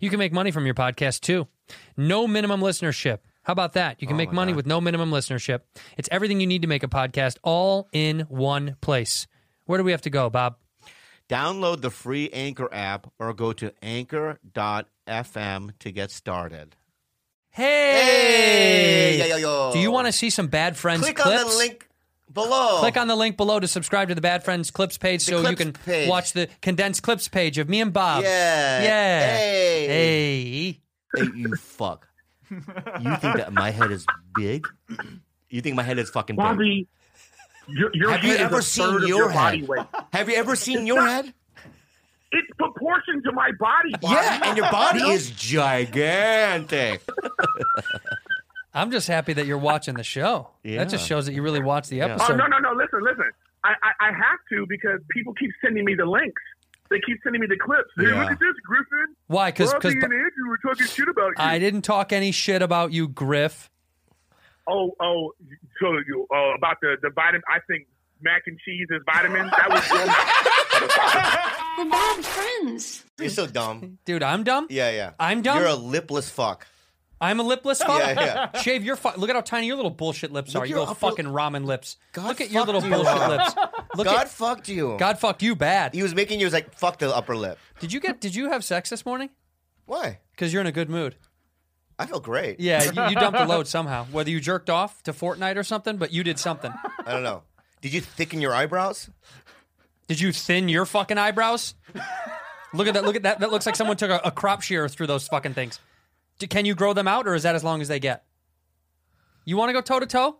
You can make money from your podcast too. No minimum listenership. How about that? Oh You can make money with no minimum listenership. It's everything you need to make a podcast all in one place. Where do we have to go, Bob? Download the free Anchor app or go to anchor.fm to get started. Hey! Yo, yo, yo. Do you want to see some Bad Friends click clips? on the link below? Click on the link below to subscribe to the Bad Friends clips page so you Oh. clips can page. watch the condensed clips page of me and Bob. Yeah. Yeah. Hey. Hey. Hey, you fuck. You think that my head is big? You think my head is fucking big? Bobby, your, your Have you head is ever a seen third of your your body head? weight. Have you ever seen your head? It's proportioned to my body. Bobby. Yeah, and your body is gigantic. I'm just happy that you're watching the show. That just Yeah. shows that you really watch the Oh episode. no no no! Listen listen. I, I I have to because people keep sending me the links. They keep sending me the clips. Hey, Yeah. look at this, Griffin. Why? Because Bobby and Andrew were talking shit about you. I didn't talk any shit about you, Griff. oh oh, so you oh, about the the vitamin? I think mac and cheese is vitamins. That was your We're bad friends. You're so dumb. Dude, I'm dumb. Yeah, yeah. I'm dumb? You're a lipless fuck. I'm a lipless fuck. Yeah, Shave your fuck. Look at how tiny your little bullshit lips Look are. You your little upper- fucking ramen lips. God Look at your fucked little you bullshit up. lips. Look God at fucked you. God fucked you bad. He was making you was like fuck the upper lip. Did you get? Did you have sex this morning? Why? Because you're in a good mood. I feel great. Yeah, you, you dumped a load somehow. Whether you jerked off to Fortnite or something, but you did something. I don't know. Did you thicken your eyebrows? Did you thin your fucking eyebrows? look at that. Look at that. That looks like someone took a, a crop shear through those fucking things. D can you grow them out, or is that as long as they get? You want to go toe to toe? You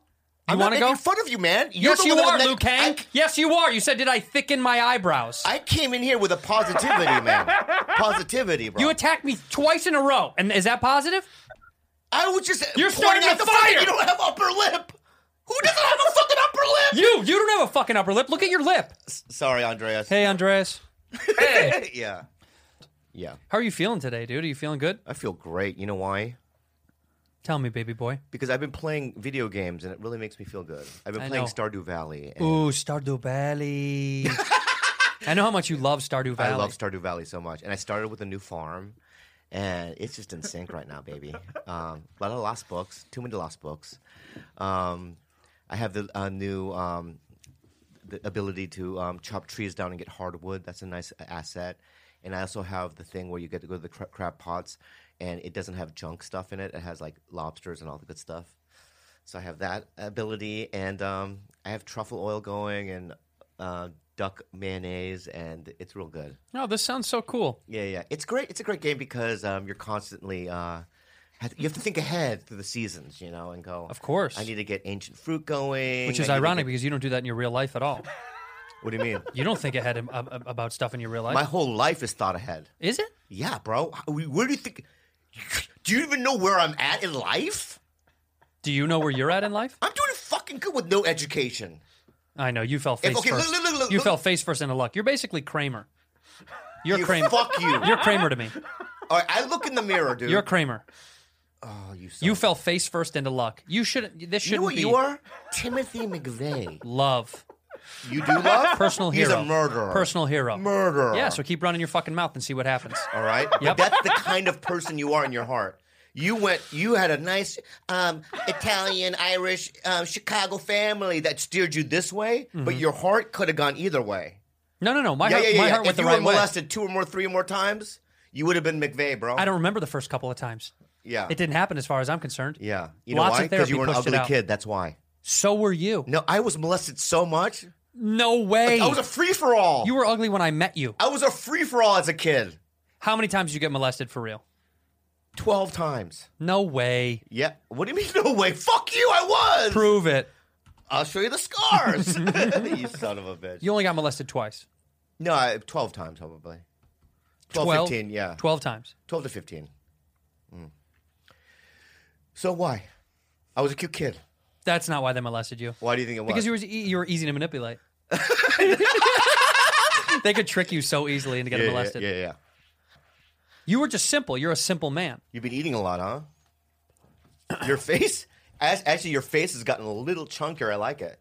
I'm not want to go? making fun of you, man. You're yes, the you one are, that- Luke Kang. I- Yes, you are. You said, "Did I thicken my eyebrows?" I came in here with a positivity, man. Positivity, bro. you attacked me twice in a row, and is that positive? I was just. You're pointing starting out a the fact that fire! You don't have upper lip. Who doesn't have a fucking upper lip? You, you don't have a fucking upper lip. Look at your lip. Sorry, Andreas. Hey, Andreas, yeah, yeah. how are you feeling today, dude? Are you feeling good? I feel great. You know why? Tell me, baby boy. Because I've been playing video games and it really makes me feel good. I've been I playing know. Stardew Valley. And Ooh, Stardew Valley. I know how much you love Stardew Valley. I love Stardew Valley so much. And I started with a new farm, and it's just in sync right now, baby. Um, a lot of lost books, too many lost books. Um, I have the uh, new um, the ability to um, chop trees down and get hardwood. That's a nice asset. And I also have the thing where you get to go to the cra- crab pots, and it doesn't have junk stuff in it. It has like lobsters and all the good stuff. So I have that ability, and um, I have truffle oil going, and uh, duck mayonnaise, and it's real good. No, this sounds so cool. Yeah, yeah, it's great. It's a great game because um, you're constantly uh, have, you have to think ahead through the seasons, you know, and go. Of course. I need to get ancient fruit going, Which is I need to ironic get- because you don't do that in your real life at all. what do you mean? You don't think ahead ab- ab- about stuff in your real life. My whole life is thought ahead. is it? Yeah, bro. How- Where do you think? Do you even know where I'm at in life? Do you know where you're at in life? I'm doing fucking good with no education. I know you fell face okay, look, first. look, look, look, you look. fell face first into luck. You're basically Kramer. You're You Kramer. fuck you. You're Kramer to me. All right, I look in the mirror, dude. You're Kramer. oh, you. Son You of a- fell face first into luck. You shouldn't. This You shouldn't know what be you are? Timothy McVeigh. love. You do love Personal He's hero. a murderer. Personal hero. murderer. Yeah. So keep running your fucking mouth and see what happens. All right. Yep. But that's the kind of person you are in your heart. You went. You had a nice um, Italian, Irish, um, Chicago family that steered you this way, but your heart could have gone either way. No, no, no. Mm-hmm. My yeah, heart, yeah, yeah. my yeah. heart if went the you right were way. molested two or more, three or more times, you would have been McVeigh, bro. I don't remember the first couple of times. Yeah. It didn't happen as far as I'm concerned. Yeah. You Lots know why? of therapy you were an pushed it ugly out. kid. That's why. So were you. No, I was molested so much. No way. I was a free for all. you were ugly when I met you. I was a free for all as a kid. How many times did you get molested for real? 12 times. No way. Yeah. What do you mean, no way? Fuck you, I was. Prove it. I'll show you the scars. you son of a bitch. You only got molested twice. No, I, 12 times probably. 12, 15, yeah. 12. 12 times. to 15. Mm. So why? I was a cute kid. That's not why they molested you. Why do you think it was? Because you were e- you were easy to manipulate. they could trick you so easily into getting yeah, yeah, molested. yeah, yeah. You were just simple. You're a simple man. You've been eating a lot, huh? Your face, as, actually, your face has gotten a little chunkier. I like it.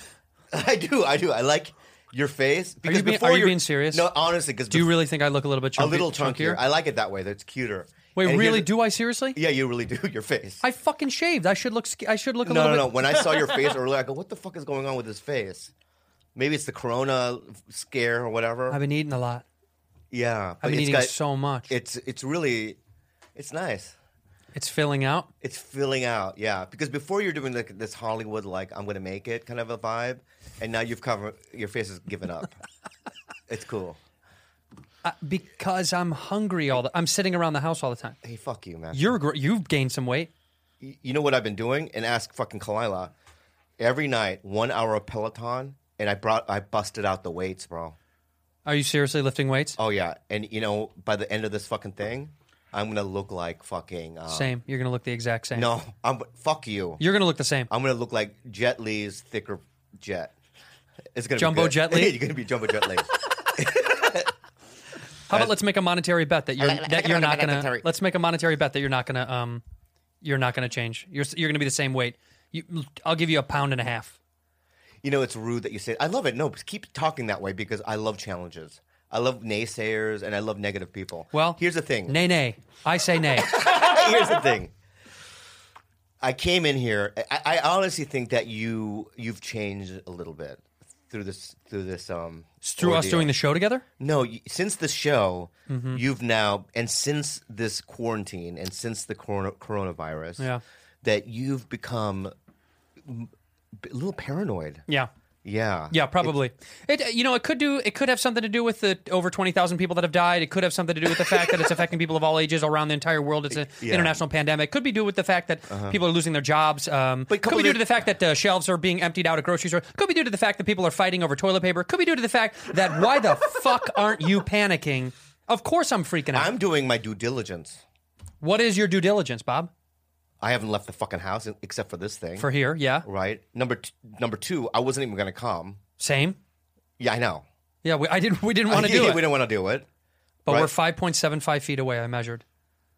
I do, I do. I like your face. Because being- before are you your- being serious? No, honestly, because Do you really think I look a little bit a chunky, little chunkier. I like it that way. That's cuter. Wait, And really? here's- Do I seriously? Yeah, you really do. Your face. I fucking shaved. I should look. sk- I should look a no, no, little no. bit. When I saw your face earlier, I go, "What the fuck is going on with his face?" Maybe it's the corona scare or whatever. I've been eating a lot. yeah, but I've been it's eating got- so much. It's it's really, it's nice. it's filling out. It's filling out, yeah. Because before you're doing like this Hollywood, like I'm gonna make it kind of a vibe, and now you've covered your face is given up. it's cool. Because I'm hungry all the. I'm sitting around the house all the time. Hey, fuck you, man. You're gr- you've gained some weight. Y- you know what I've been doing? And ask fucking Kalila. Every night, one hour of Peloton, and I brought I busted out the weights, bro. Are you seriously lifting weights? Oh yeah, and you know by the end of this fucking thing, I'm gonna look like fucking um, Same. You're gonna look the exact same. No, I'm fuck you. You're gonna look the same. I'm gonna look like Jet Lee's thicker Jet. It's gonna Jumbo be good. Jet Li? you're gonna be Jumbo Jet Li. How about let's make a monetary bet that you're that you're not gonna. Let's make a monetary bet that you're not gonna. Um, you're not gonna change. You're s- you're gonna be the same weight. You, I'll give you a pound and a half. You know, it's rude that you say. I love it. No, but keep talking that way because I love challenges. I love naysayers and I love negative people. Well, here's the thing. Nay, nay. I say nay. here's the thing. I came in here. I, I honestly think that you you've changed a little bit through this through this um Through us ordeal. doing the show together. No, y- since the show, Mm-hmm. you've now, and since this quarantine, and since the corona, coronavirus, Yeah. that you've become m- a little paranoid. Yeah. Yeah. Yeah, probably. It, uh, you know it could do it could have something to do with the over twenty thousand people that have died. It could have something to do with the fact that it's affecting people of all ages around the entire world. It's an Yeah. Uh-huh. international pandemic. Could be due with the fact that people are losing their jobs. Um, But could couple be due of- to the fact that uh, shelves are being emptied out at grocery stores. Could be due to the fact that people are fighting over toilet paper. Could be due to the fact that why the fuck aren't you panicking? Of course I'm freaking out. I'm doing my due diligence. What is your due diligence, Bob? I haven't left the fucking house e, except for this thing. For here, yeah, right? Number, t- number two, I wasn't even going to come. same. Yeah, I know. Yeah, we, I didn't. We didn't want to Yeah, do We it, don't want to do it. but right. we're five point seven five feet away. I measured.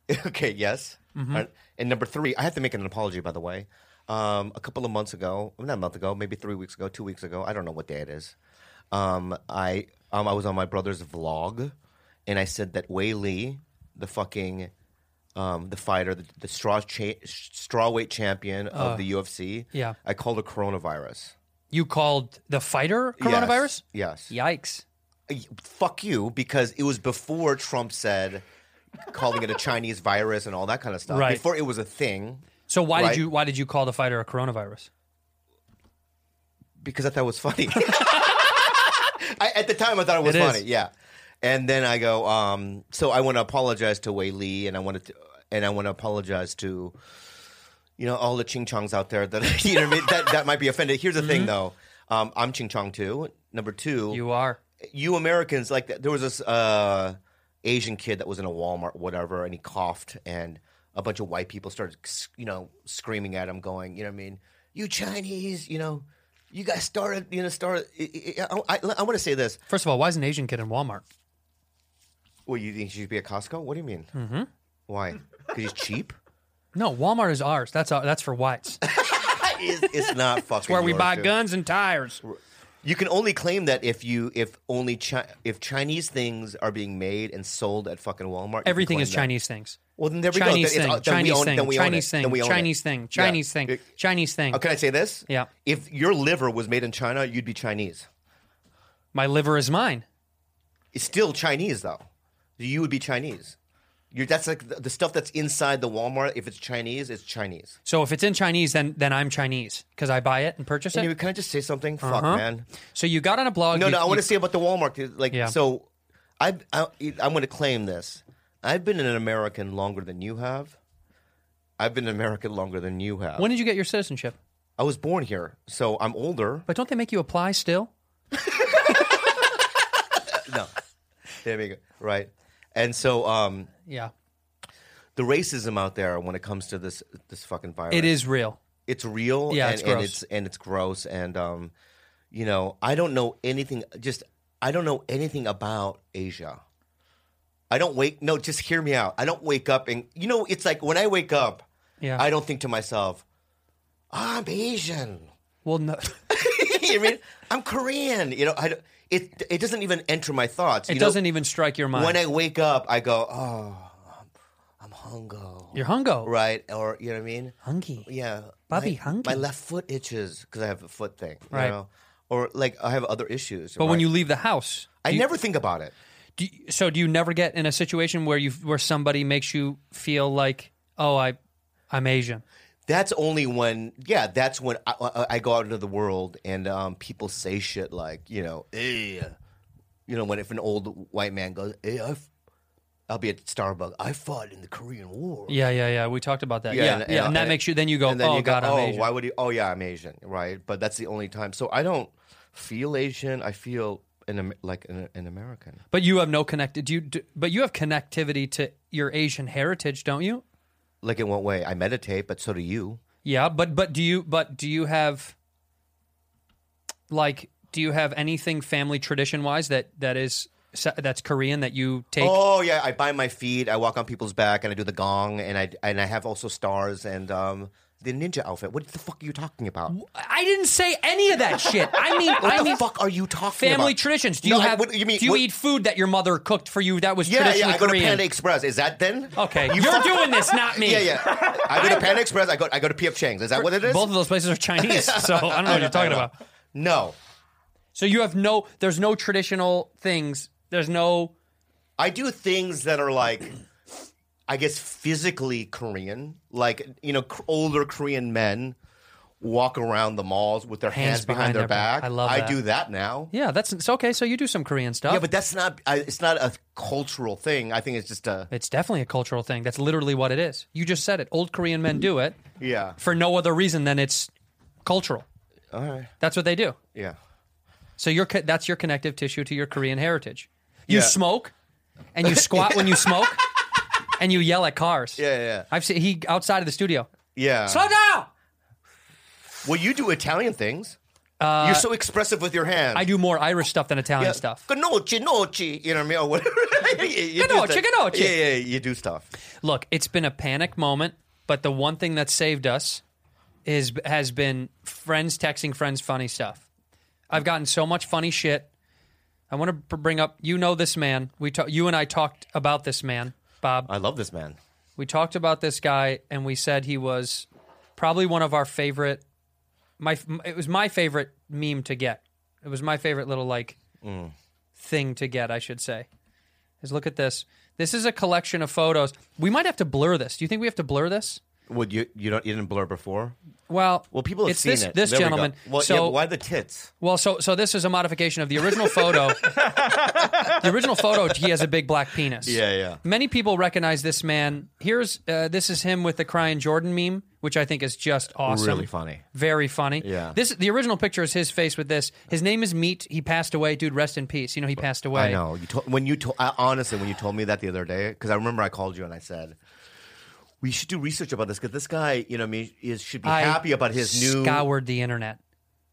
okay, yes. Mm-hmm. Alright. And number three, I have to make an apology, by the way. Um, a couple of months ago, well, not a month ago, maybe three weeks ago, two weeks ago, I don't know what day it is. Um, I um, I was on my brother's vlog, and I said that Wei Lee, the fucking um, the fighter, the, the straw cha- straw weight champion of the UFC, Uh, yeah. I called her coronavirus. You called the fighter coronavirus. Yes. yes. Yikes. fuck you because it was before Trump said calling it a Chinese virus and all that kind of stuff. Right. Before it was a thing So why Right. did you why did you call the fighter a coronavirus? because I thought it was funny. I, at the time, I thought it was It is. funny. Yeah. And then I go, um, so I want to apologize to Wei Lee, and I want to, and I want to apologize to, you know, all the Ching Chongs out there that you know what I mean? that that might be offended. Here's the thing, though, um, I'm Ching Chong too. Number two, Mm-hmm. You are. you Americans like there was this uh, Asian kid that was in a Walmart, whatever, and he coughed, and a bunch of white people started, you know, screaming at him, going, you know, what I mean, you Chinese, you know, you guys started, you know, started. I, oh, I, I- I want to say this. First of all, why is an Asian kid in Walmart? Well, you think you should be at Costco? What do you mean? Mm-hmm. Why? Because he's cheap. No, Walmart is ours. That's our, that's for whites. That's it's, it's not fucking. where we yours, buy dude. guns and tires. You can only claim that if you if only Chi- if Chinese things are being made and sold at fucking Walmart. you can Everything claim is that. Chinese things. Well, then there we Chinese go. thing. Then it's- then we Chinese own- thing. then we own it. Chinese thing. Then we own it. Chinese thing. Yeah. Chinese thing. It- Chinese thing. Oh, can I say this? Yeah. If your liver was made in China, you'd be Chinese. My liver is mine. It's still Chinese though. You would be Chinese. You're, that's like the, the stuff that's inside the Walmart. If it's Chinese, it's Chinese. So if it's in Chinese, then then I'm Chinese because I buy it and purchase Anyway, it. can I just say something? Fuck, Uh-huh. man. So you got on a blog. No, you- no, I you- want to say about the Walmart. dude. Like, Yeah. so I, I, I'm going to claim this. I've been an American longer than you have. I've been an American longer than you have. When did you get your citizenship? I was born here, so I'm older. But don't they make you apply still? No, there we go. Right, and so um, Yeah, the racism out there when it comes to this this fucking virus. it is real. it's real Yeah, and it's and gross. it's and it's gross and um you know i don't know anything just i don't know anything about asia i don't wake no just hear me out i don't wake up and you know it's like when i wake up Yeah. i don't think to myself i'm asian Well, no, you know what i mean i'm korean you know i don't, it it doesn't even enter my thoughts it you know? doesn't even strike your mind. when i wake up i go oh i'm, I'm hungo You're hungo, right or you know what i mean hunky. yeah, Bobby my, Hunky. My left foot itches because I have a foot thing, you Right. know? Or like I have other issues. But when you leave the house, I do you- never think about it. do you- so do you never get in a situation where you where somebody makes you feel like, oh, I, I'm Asian. That's only when, yeah, that's when I, I, I go out into the world and um, people say shit like, you know, hey, you know, when if an old white man goes, hey, I, f- I'll be at Starbucks. I fought in the Korean War. Yeah, yeah, yeah. We talked about that. Yeah, yeah, and, that it- makes you. Then you go, and then oh you God, go, I'm oh, Asian. why would you? Oh, yeah, I'm Asian, right? But that's the only time. So I don't feel Asian. I feel an, Am- like an, an American. But you have no connected. Do you? Do, but you have connectivity to your Asian heritage, don't you? Like in what way? I meditate, but so do you. Yeah, but but do you but do you have like do you have anything family tradition wise that that is that's Korean that you take? Oh yeah, I bind my feet. I walk on people's back, and I do the gong, and I and I have also stars and um the ninja outfit. What the fuck are you talking about? I didn't say any of that shit. I mean, What I the mean fuck are you talking about? family traditions. Do you No, I- have? what do you mean- do you what- eat food that your mother cooked for you that was Yeah, yeah. traditionally I go to Korean? Panda Express. Is that then? Okay, you are fuck- doing this, not me. Yeah, yeah. I go to Panda Express. I go. I go to PF Chang's. Is that what it is? Both of those places are Chinese, so I don't know what you're talking about. No, So you have no, there's no traditional things. There's no I do things that are like, I guess, physically Korean. Like, you know, k- older Korean men walk around the malls with their hands, behind, their back. I love that. I do that now. Yeah, that's it's okay. So you do some Korean stuff. Yeah, but that's not. I, it's not a cultural thing. I think it's just a. it's definitely a cultural thing. That's literally what it is. You just said it. Old Korean men do it Yeah. for no other reason than it's cultural. All right. That's what they do. Yeah. So your co- that's your connective tissue to your Korean heritage. You Yeah. smoke, and you squat when you smoke, and you yell at cars. Yeah, Uh. yeah, yeah. I've seen he outside of the studio. Yeah. Slow down. well, you do Italian things. Uh, You're so expressive with your hands. I do more Irish stuff than Italian Yeah. stuff. Good noche, noche. You know what I mean? Or whatever. You- you do Good noche, stuff. good noche. Yeah, yeah. You do stuff. Look, it's been a panic moment, but the one thing that saved us is has been friends texting friends funny stuff. I've gotten so much funny shit. I want to bring up. You know this man. We ta- you and I talked about this man, Bob. I love this man. We talked about this guy, and we said he was probably one of our favorite. My it was my favorite meme to get. It was my favorite little like thing to get, I should say. Is look at this. This is a collection of photos. We might have to blur this. Do you think we have to blur this? Would you? You don't? You didn't blur before. Well, Well, people have it's seen this, it. This There we go. gentleman. Well, so yeah, but why the tits? well, so so this is a modification of the original photo. the original photo, he has a big black penis. Yeah, yeah. Many people recognize this man. Here's uh, this is him with the crying Jordan meme, which I think is just awesome. Really funny. Very funny. Yeah. This the original picture is his face with this. His name is Meat. He passed away, dude. Rest in peace. You know he passed away. I know. You told when you told I- honestly when you told me that the other day because I remember I called you and I said we should do research about this because this guy, you know, I mean, is should be I happy about his new. scoured the internet.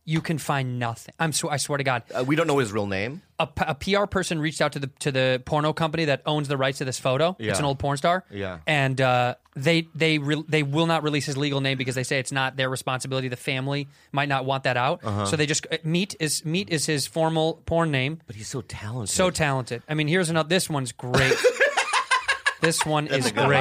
You can find nothing. I'm sw- I swear to God. Uh, we don't know his real name. a, p- a PR person reached out to the to the porno company that owns the rights to this photo. Yeah. It's an old porn star. Yeah. and uh, they they re- they will not release his legal name because they say it's not their responsibility. The family might not want that out, Uh-huh. so they just uh, meet is meet is his formal porn name. But he's so talented. So talented. I mean, here's another. This one's great. this one is great.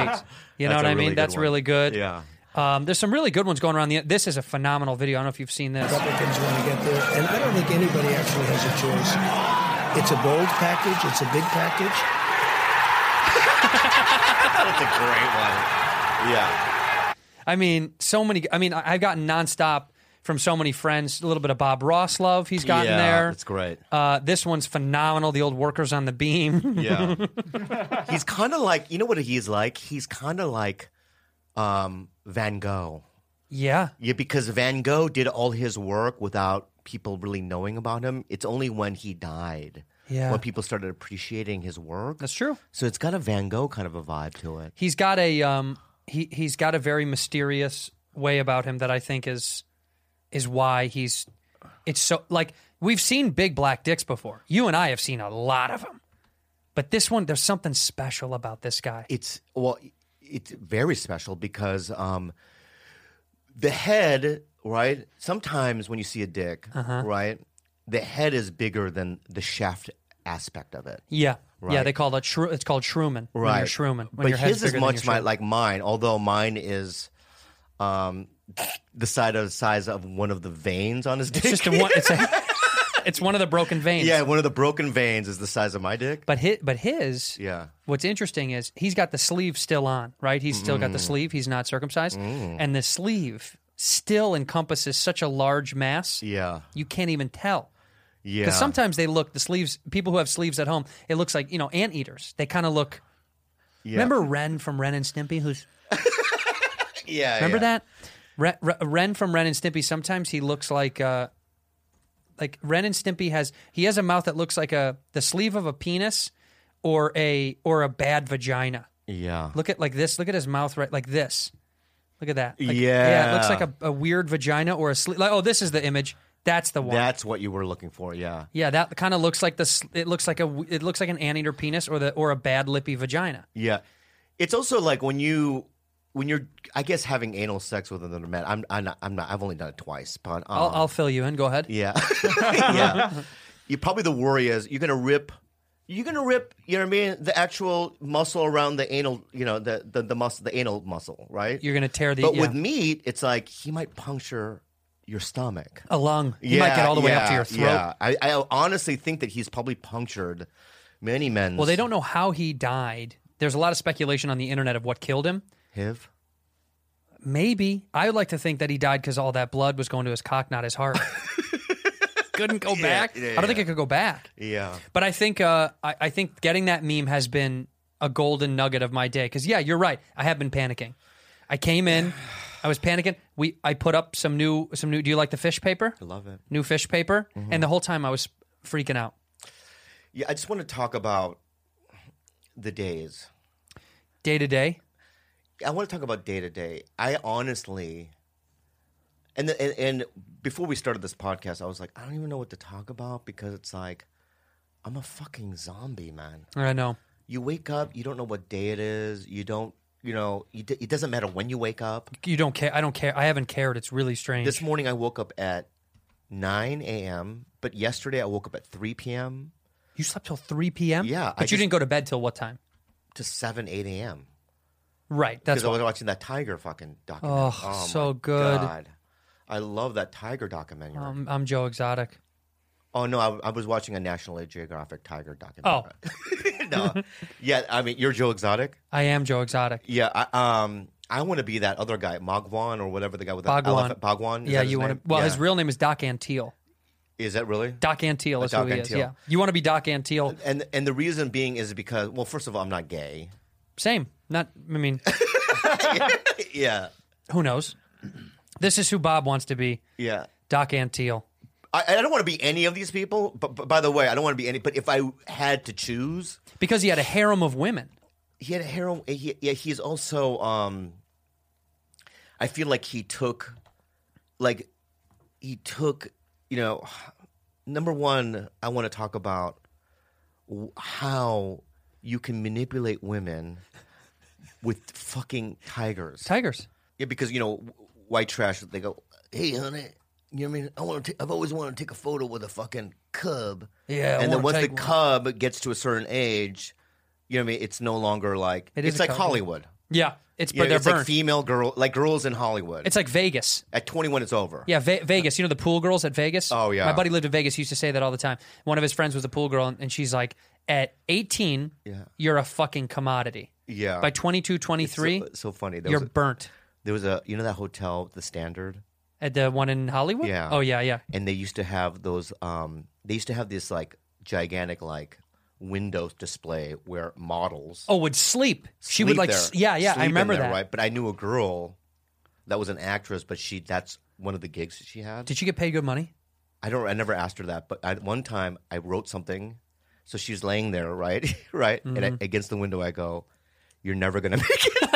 You know That's what I a mean? really good That's one. really good. Yeah. Um, there's some really good ones going around. The, this is a phenomenal video. I don't know if you've seen this. Republicans want to get there, and I don't think anybody actually has a choice. It's a bold package. It's a big package. That's a great one. Yeah. I mean, so many. I mean, I- I've gotten nonstop from so many friends. A little bit of Bob Ross love he's gotten yeah, there. That's great. Uh, this one's phenomenal. The old workers on the beam. Yeah. he's kind of like, you know what he's like? He's kind of like um, Van Gogh. yeah. Yeah, because Van Gogh did all his work without people really knowing about him. It's only when he died Yeah. when people started appreciating his work. That's true. So it's got a Van Gogh kind of a vibe to it. He's got a um he he's got a very mysterious way about him that I think is is why he's it's so like we've seen big black dicks before. You and I have seen a lot of them. But this one there's something special about this guy. It's well, it's very special because um, the head, right? Sometimes when you see a dick, Uh-huh. right, the head is bigger than the shaft aspect of it. Yeah. Yeah, Right. they call that shrew, it's called shrooman. When you're Right. shrooman. When but your head's his is bigger than much your my, shroom. like mine, although mine is um, the side of size of one of the veins on his dick. it's just a one it's a it's one of the broken veins. yeah, one of the broken veins is the size of my dick. But his, but his, Yeah. What's interesting is he's got the sleeve still on, right? He's still got the Mm. sleeve. He's not circumcised, and the sleeve still encompasses such a large mass. Yeah, You can't even tell yeah. because sometimes they look the sleeves. People who have sleeves at home, it looks like you know anteaters. They kind of look. yeah. Remember Ren from Ren and Stimpy? Who's Yeah, remember yeah. that? Ren, Re- Ren from Ren and Stimpy. Sometimes he looks like. Uh, like Ren and Stimpy has he has a mouth that looks like a the sleeve of a penis or a or a bad vagina. Yeah. Look at like this. Look at his mouth right like this. Look at that. Like, Yeah, it Yeah. looks like a, a weird vagina or a sleeve. Like, oh, this is the image. That's the one. That's what you were looking for. Yeah. yeah, that kind of looks like this. It looks like a. w- It looks like an anteater penis or the or a bad lippy vagina. Yeah. It's also like when you when you're I guess having anal sex with another man. I'm I'm not, I'm not I've only done it twice, but um, I'll, I'll fill you in. Go ahead. yeah. yeah. You probably the worry is you're going to rip you're going to rip, you know what I mean, the actual muscle around the anal, you know, the the, the muscle the anal muscle, right? You're gonna tear the. but yeah, with meat, it's like he might puncture your stomach. a lung. You might get all the way up to your throat. Yeah. I, I honestly think that he's probably punctured many men's Well, they don't know how he died. There's a lot of speculation on the internet of what killed him. HIV. Maybe I would like to think that he died because all that blood was going to his cock, not his heart. Couldn't go back. I yeah, don't think it could go back. Yeah. But I think uh, I, I think getting that meme has been a golden nugget of my day. Because yeah, you're right. I have been panicking. I came in, I was panicking. We I put up some new some new. Do you like the fish paper? I love it. Mm-hmm. New fish paper, and the whole time I was freaking out. Yeah, I just want to talk about the days. Day to day, I want to talk about day to day. I honestly, and, the, and and before we started this podcast, I was like, I don't even know what to talk about because it's like, I'm a fucking zombie, man. I know. You wake up, you don't know what day it is. You don't, you know, you d- it doesn't matter when you wake up. You don't care. I don't care. I haven't cared. It's really strange. This morning I woke up at 9 a.m., but yesterday I woke up at 3 p.m. you slept till three p.m. but Yeah, I you just- didn't go to bed till what time? to 7, 8 a.m. Right. That's because I why. was watching that tiger fucking documentary. Oh, my so good. God. I love that tiger documentary. Um, I'm Joe Exotic. oh no, I, I was watching a National Geographic tiger documentary. Oh, no, yeah. I mean, you're Joe Exotic. I am Joe Exotic. Yeah. I, um, I want to be that other guy, Mogwan or whatever the guy with the Bhagwan. elephant. Bhagwan. Is yeah, that his you name? want to. Well, Yeah. his real name is Doc Antiel. is that really? Doc Antiel is Doc who he is. Antiel. Uh, Yeah, you want to be Doc Antiel? and and the reason being is because well, first of all, I'm not gay. Same. Not. I mean, yeah. who knows? This is who Bob wants to be. Yeah. Doc Antiel. I, I don't want to be any of these people. But, but by the way, I don't want to be any. But if I had to choose, Because he had a harem of women. he had a harem. He, yeah, he's also. um I feel like he took, like, he took. You know, number one, I want to talk about w- how you can manipulate women with fucking tigers. Tigers. Yeah, because you know, w- white trash. They go, "Hey, honey, you know what I mean? I want to. I've always wanted to take a photo with a fucking cub." Yeah, I and wanna then once the take one. cub gets to a certain age, you know what I mean? It's no longer like It is it's a like cub. Hollywood. Yeah, it's You but know, they're it's burned. like female girl, like girls in Hollywood. it's like Vegas. at twenty one, it's over. Yeah, Ve- Vegas. You know the pool girls at Vegas. Oh, yeah. My buddy lived in Vegas. He used to say that all the time. One of his friends was a pool girl, and, and she's like, at 18, Yeah. Oh. you're a fucking commodity. Yeah. By 22, 23, So, so funny. There you're was, a, burnt. there was a you know that hotel, the Standard, At the one in Hollywood? Yeah. Oh, yeah, yeah. and they used to have those. Um, they used to have this like gigantic like windows display where models. Oh, would sleep. she would sleep like, there- s- yeah, yeah. sleep I in remember there, that. Right, but I knew a girl that was an actress, but she that's one of the gigs that she had. Did she get paid good money? I don't. I never asked her that, but I, one time I wrote something, so she was laying there, right, right, and Mm-hmm. I, against the window. I go, "You're never gonna make it."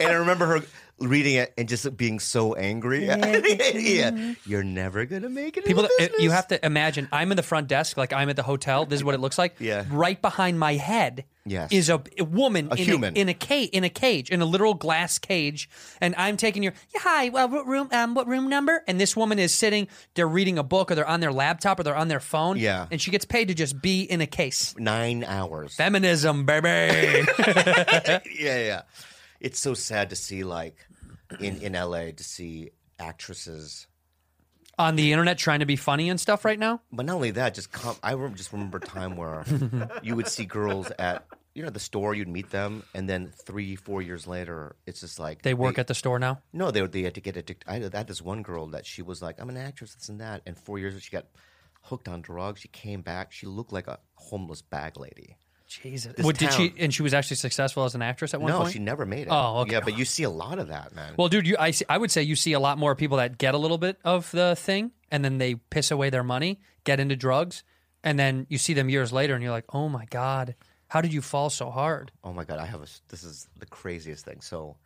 and I remember her reading it and just being so angry. Yeah, you're never gonna make it. People, in that, the it- you business." have to imagine. I'm in the front desk, like I'm at the hotel. This is what it looks like. Yeah. Right behind my head Yes. is a, a woman, in human. a, in a cage, in a cage, in a literal glass cage, and I'm taking your yeah, hi. Well, what room? Um, what room number? And this woman is sitting. They're reading a book, or they're on their laptop, or they're on their phone. Yeah. And she gets paid to just be in a case. nine hours. Feminism, baby. yeah, yeah. It's so sad to see like in in LA to see actresses on the internet, trying to be funny and stuff right now. But not only that, just com- I rem- just remember a time where you would see girls at you know the store, you'd meet them, and then three, four years later, it's just like They work at the store now. no, they they had to get addicted. I had this one girl that she was like, I'm an actress, this and that, and four years she got hooked on drugs. She came back, she looked like a homeless bag lady. Jesus. This What did she? town- And she was actually successful as an actress at one no, point. she never made it. Oh, okay. yeah, but you see a lot of that, man. Well, dude, you, I, see- I would say you see a lot more people that get a little bit of the thing and then they piss away their money, get into drugs, and then you see them years later and you're like, oh my God, how did you fall so hard? Oh my god, I have a. s- This is the craziest thing. So,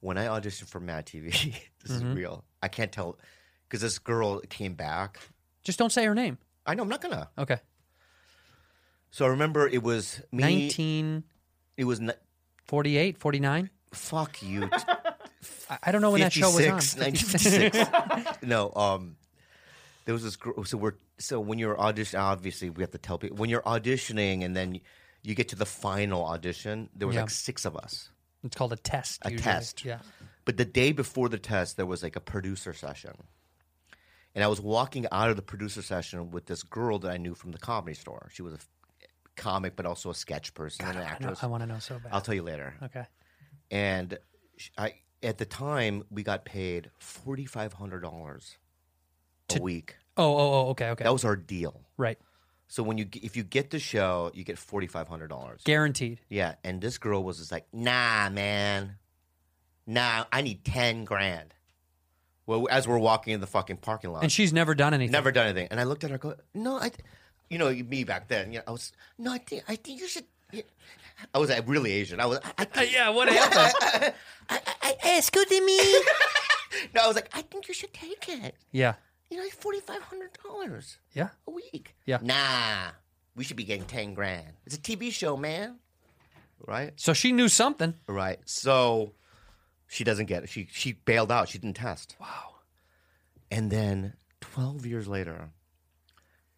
when I auditioned for Mad TV, this is Mm-hmm. real. I can't tell because this girl came back. Just don't say her name. I know I'm not gonna. Okay. So I remember it was me. 1948, It was ni- 49. fuck you. I- I don't know when that show was 56, on. 1956. no, um, there was this girl. So we're so when you're auditioning, obviously we have to tell people when you're auditioning, and then you get to the final audition. There was Yeah. like six of us. It's called a test. a usually. test. Yeah. But the day before the test, there was like a producer session. And I was walking out of the producer session with this girl that I knew from the comedy store. She was a f- comic, but also a sketch person and an I, know, actress. I want to know so bad. I'll tell you later. okay. And sh- I, at the time, we got paid $4,500 a week. Oh, oh, oh, okay, okay. That was our deal. right. So when you g- if you get the show, you get $4,500. Guaranteed. Yeah, and this girl was just like, "Nah, man, nah, I need ten grand." Well, as we're walking in the fucking parking lot, And she's never done anything. never done anything, and I looked at her, go, "No, I, th- you know, me back then, you know, I was, no, I think, I think you should." I was uh, really Asian. I was, I, I, Uh, yeah, what happened? I, I, I excuse me. no, I was like, I think you should take it. yeah. You know, forty five hundred dollars Yeah. a week. Yeah. Nah, we should be getting ten grand. It's a TV show, man. Right. So she knew something. Right. So she doesn't get it. She she bailed out. She didn't test. Wow. And then 12 years later,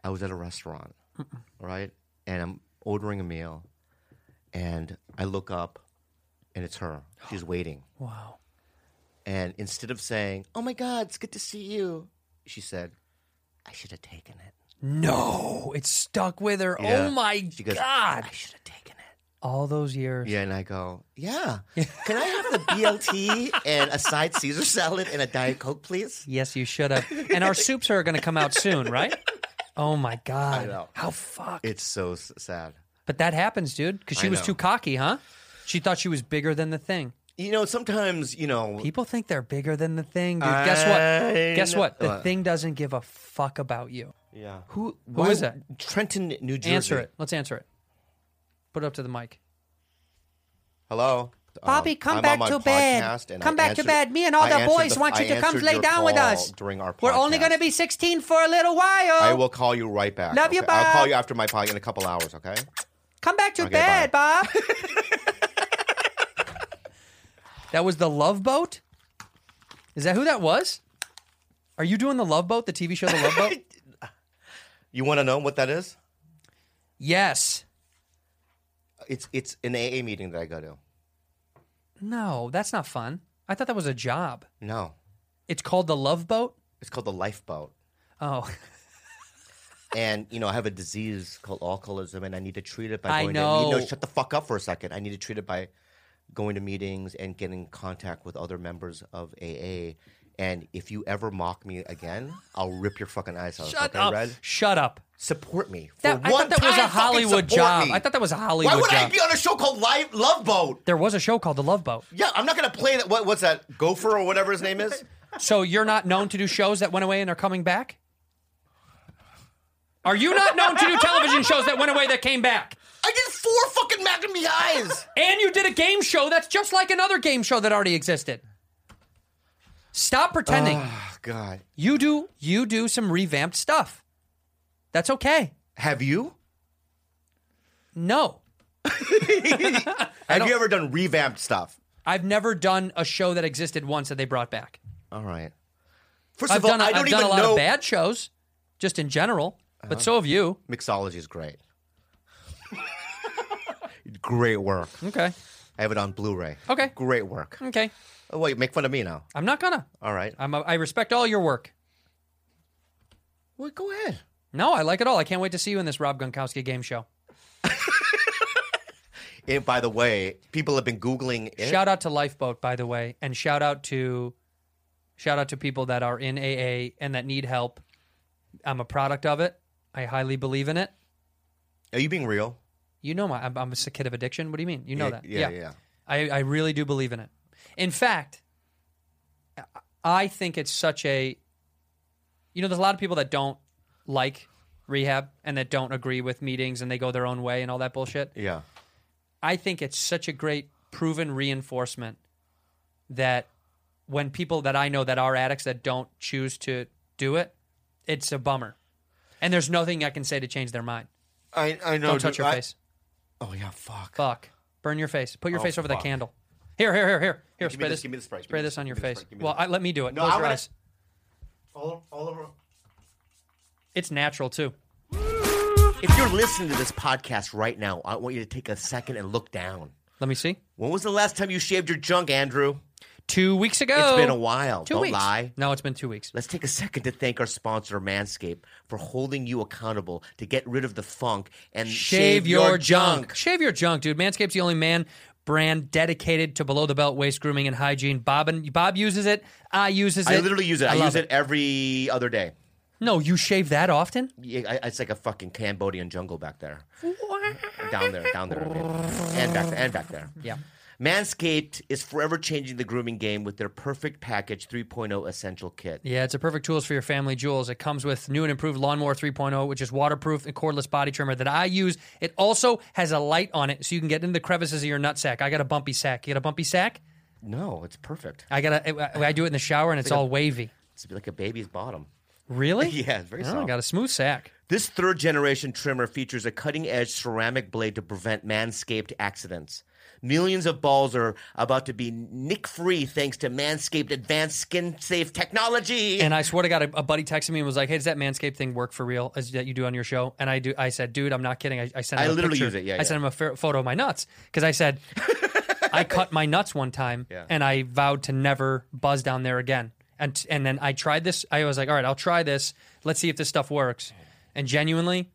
I was at a restaurant, right? And I'm ordering a meal and I look up and it's her. She's waiting. Wow. And instead of saying, "Oh my god, it's good to see you." She said, "I should have taken it." No, it's stuck with her. Yeah. Oh my She goes, god! I should have taken it. All those years. Yeah, and I go, yeah. Can I have the BLT and a side Caesar salad and a diet coke, please? Yes, you should have. And our soups are going to come out soon, right? Oh my god! I know. How fucked. It's so s- sad. but that happens, dude. Because she I was know. too cocky, huh? She thought she was bigger than the thing. You know, sometimes you know. People think they're bigger than the thing, dude. Guess what? I Guess know- what? The What? thing doesn't give a fuck about you. Yeah. Who? Who is that? Trenton, New Jersey. Answer it. Let's answer it. Put it up to the mic. Hello. Bobby, Um, come I'm back on my to bed. podcast and Come I back answered- to bed. Me and all I the answered boys want I you to come answered lay your down with call us. during our. We're only podcast. going to be 16 for a little while. I will call you right back. Love you, okay? I'll call Bob. you after my podcast in a couple hours. Okay. Come back to Okay, bed, bye. Bob. that was the Love Boat. Is that who that was? Are you doing the Love Boat, the TV show, the Love Boat? You want to know what that is? yes. It's it's an AA meeting that I go to. No, that's not fun. I thought that was a job. No, It's called the Love Boat. it's called the lifeboat. Oh, and you know I have a disease called alcoholism, and I need to treat it by I going. To, you know. know, shut the fuck up for a second. I need to treat it by going to meetings and getting in contact with other members of AA. And if you ever mock me again, I'll rip your fucking eyes out. Shut okay, up. Red? Shut up. Support me. For That- I one thought that was a time, fucking Hollywood support job. me. I thought that was a Hollywood Why would I job. be on a show called Live Love Boat? There was a show called The Love Boat. Yeah, I'm not gonna play that. What, what's that? Gopher or whatever his name is. So you're not known to do shows that went away and are coming back? Are you not known to do television shows that went away that came back? I did four fucking Mac and Me eyes. And you did a game show that's just like another game show that already existed. Stop pretending. Oh, God, you do you do some revamped stuff. That's okay. have you? No. Have you ever done revamped stuff? I've never done a show that existed once that they brought back. All right. 1st I've of all, done a, I don't have even done a lot know. Uh-huh. of bad shows, just in general. But so have you. Mixology is great. great work. Okay. I have it on Blu-ray. Okay. Great work. Okay. Oh, wait, make fun of me now. I'm not gonna. All right. I'm a, I respect all your work. Well, go ahead. No, I like it all. I can't wait to see you in this Rob Gronkowski game show. And by the way, people have been googling it. Shout out to Lifeboat, by the way, and shout out to shout out to people that are in AA and that need help. I'm a product of it. I highly believe in it. Are you being real? You know my I'm, I'm a sick kid of addiction. What do you mean? You know yeah, that. Yeah, yeah. I, I really do believe in it. In fact, I- I think it's such a you know, there's a lot of people that don't like rehab and that don't agree with meetings and they go their own way and all that bullshit. Yeah. I think it's such a great proven reinforcement that when people that I know that are addicts that don't choose to do it, it's a bummer. And there's nothing I can say to change their mind. I, I know. Don't touch dude, your I- face. Oh, yeah, fuck. Fuck. Burn your face. Put your Oh, face over the fuck. candle. Here, here, here, here. Here, Give me spray this, this. give me the spray, give Spray me this the- on your give me the face. spray, give me well, the- I, let me do it. No, Close I your wanna- eyes. All, all over. It's natural too. If you're listening to this podcast right now, I want you to take a second and look down. Let me see. When was the last time you shaved your junk, Andrew? Two weeks ago. It's been a while. 2 Don't Oh, weeks. lie. No, it's been two weeks. Let's take a second to thank our sponsor, Manscaped, for holding you accountable to get rid of the funk and shave, Shave your junk, dude. Manscaped's the only man brand dedicated to below the belt waist grooming and hygiene. Bob and Bob uses it. I uses it. I literally use it. I, love use it. every other day. No, you shave that often? Yeah, I- It's like a fucking Cambodian jungle back there. down there, down there, and back there, and back there. Yeah. Manscaped is forever changing the grooming game with their Perfect Package 3.0 Essential Kit. Yeah, it's a perfect tools for your family jewels. It comes with new and improved lawnmower 3.0, which is waterproof and cordless body trimmer that I use. It also has a light on it, so you can get into the crevices of your nutsack. I got a bumpy sack. You got a bumpy sack? No, it's perfect. I got a. I I do it in the shower, and it's all wavy. It's like a baby's bottom. Really? Yeah, it's very Oh, I soft. got a smooth sack. This third generation trimmer features a cutting edge ceramic blade to prevent manscaped accidents. Millions of balls are about to be nick free thanks to Manscaped advanced skin safe technology. And I swear to God, a, a buddy texted me and was like, "Hey, does that Manscaped thing work for real? As that you do on your show?" And I do. I said, "Dude, I'm not kidding. I, I sent. I him a literally picture. use it, yeah, I yeah. sent him a fair, photo of my nuts because I said I cut my nuts one time and I vowed to never buzz down there again. And t- and then I tried this. I was like, "All right, I'll try this. Let's see if this stuff works." And genuinely.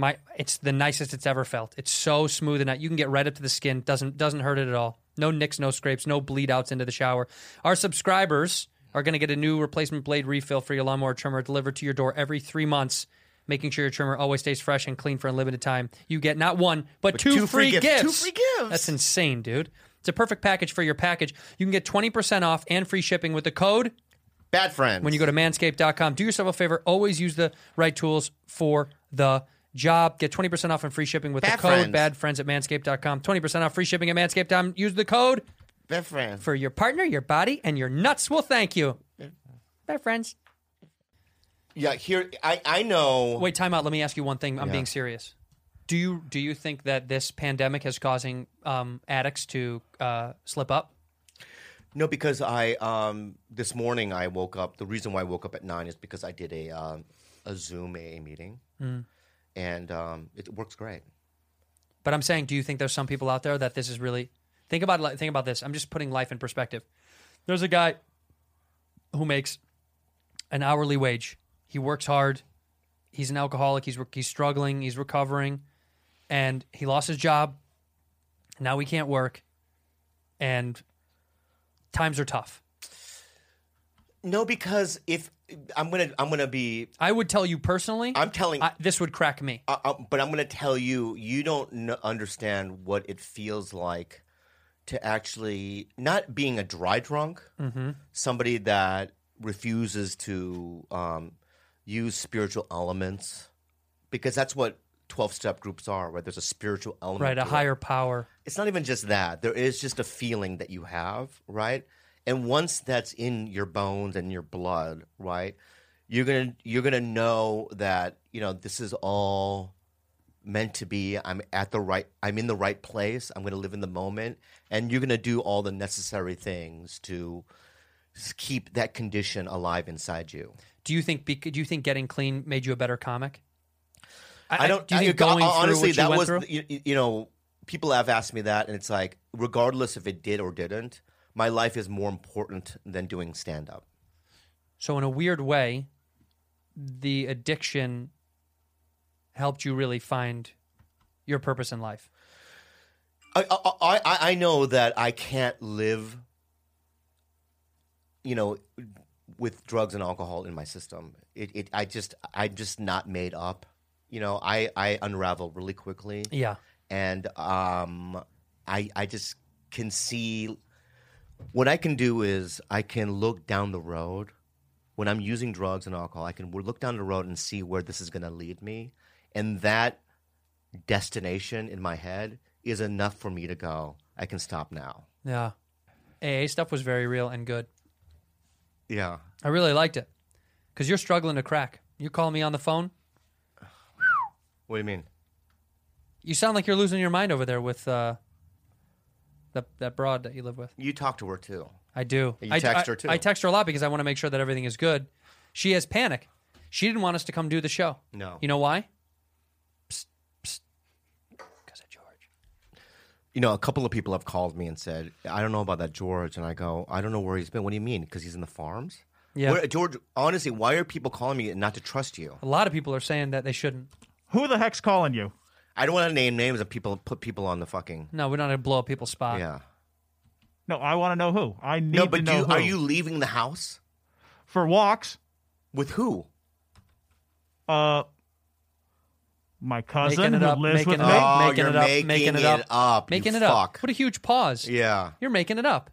My, it's the nicest it's ever felt. It's so smooth and you can get right up to the skin. Doesn't doesn't hurt it at all. No nicks, no scrapes, no bleed outs into the shower. Our subscribers are going to get a new replacement blade refill for your lawnmower trimmer delivered to your door every three months, making sure your trimmer always stays fresh and clean for a limited time. You get not one, but, two, free, gifts. Two free gifts. That's insane, dude. It's a perfect package for your package. You can get 20% off and free shipping with the code Bad friends. when you go to manscaped.com. Do yourself a favor, always use the right tools for the job. Get 20% off and free shipping with Bad the code friends. bad friends at manscaped.com. 20% off free shipping at manscaped.com. Use the code Bad friends. for your partner, your body, and your nuts will thank you. Bye, friends. yeah, here I, I know Wait, time out. Let me ask you one thing. I'm being serious. Do you do you think that this pandemic is causing um, addicts to uh, slip up? No, because I um this morning I woke up. The reason why I woke up at nine is because I did a um, a Zoom AA meeting. Mm. And um, it works great. But I'm saying, do you think there's some people out there that this is really think about li- think about this? I'm just putting life in perspective. There's a guy who makes an hourly wage. He works hard. He's an alcoholic. He's re- he's struggling. He's recovering, and he lost his job. Now he can't work, and times are tough. No, because if I'm gonna, I'm gonna be. I would tell you personally. I'm telling- I, this would crack me. Uh, uh, but I'm gonna tell you, you don't kn- understand what it feels like to actually not being a dry drunk, Mm-hmm. somebody that refuses to um, use spiritual elements, because that's what twelve step groups are, where there's a spiritual element, right, a to it higher power. it's not even just that. There is just a feeling that you have, right? And once that's in your bones and your blood, right? You're gonna you're gonna know that you know this is all meant to be. I'm at the right. I'm in the right place. I'm gonna live in the moment, and you're gonna do all the necessary things to s- keep that condition alive inside you. Do you think? bec- Do you think getting clean made you a better comic? I don't. Do you think I- uh, going through honestly what you that went was through? You, you know people have asked me that, and it's like regardless if it did or didn't, my life is more important than doing stand up. So in a weird way, the addiction helped you really find your purpose in life. I, I I- I I know that I can't live, you know, with drugs and alcohol in my system. It, it I just I'm just not made up. You know, I I unravel really quickly. Yeah. and um, I I just can see what I can do is I can look down the road when I'm using drugs and alcohol. I can w- look down the road and see where this is going to lead me, and that destination in my head is enough for me to go. I can stop now. Yeah. AA stuff was very real and good. Yeah. I really liked it because you're struggling to crack. You call me on the phone. What do you mean? You sound like you're losing your mind over there with uh, that that broad that you live with. You talk to her too. I do. You I, text I- her, too. I text her a lot because I want to make sure that everything is good. She has panic. She didn't want us to come do the show. No. You know why? Because of George. You know, a couple of people have called me and said, "I don't know about that George," and I go, "I don't know where he's been. What do you mean? Because he's in the farms." Yeah. Where- George, honestly, why are people calling me not to trust you? A lot of people are saying that they shouldn't. Who the heck's calling you? I don't want to name names of people. Put people on the fucking No, we're not going to blow up people's spot. yeah. No, I want to know who. I need No, but to do know you, who. are you leaving the house for walks? with who? Uh, my cousin Making it who up, lives making with it me. up, Oh, making you're it up, making making it it up, up, you making it fuck. up. What a huge pause! Yeah, You're making it up.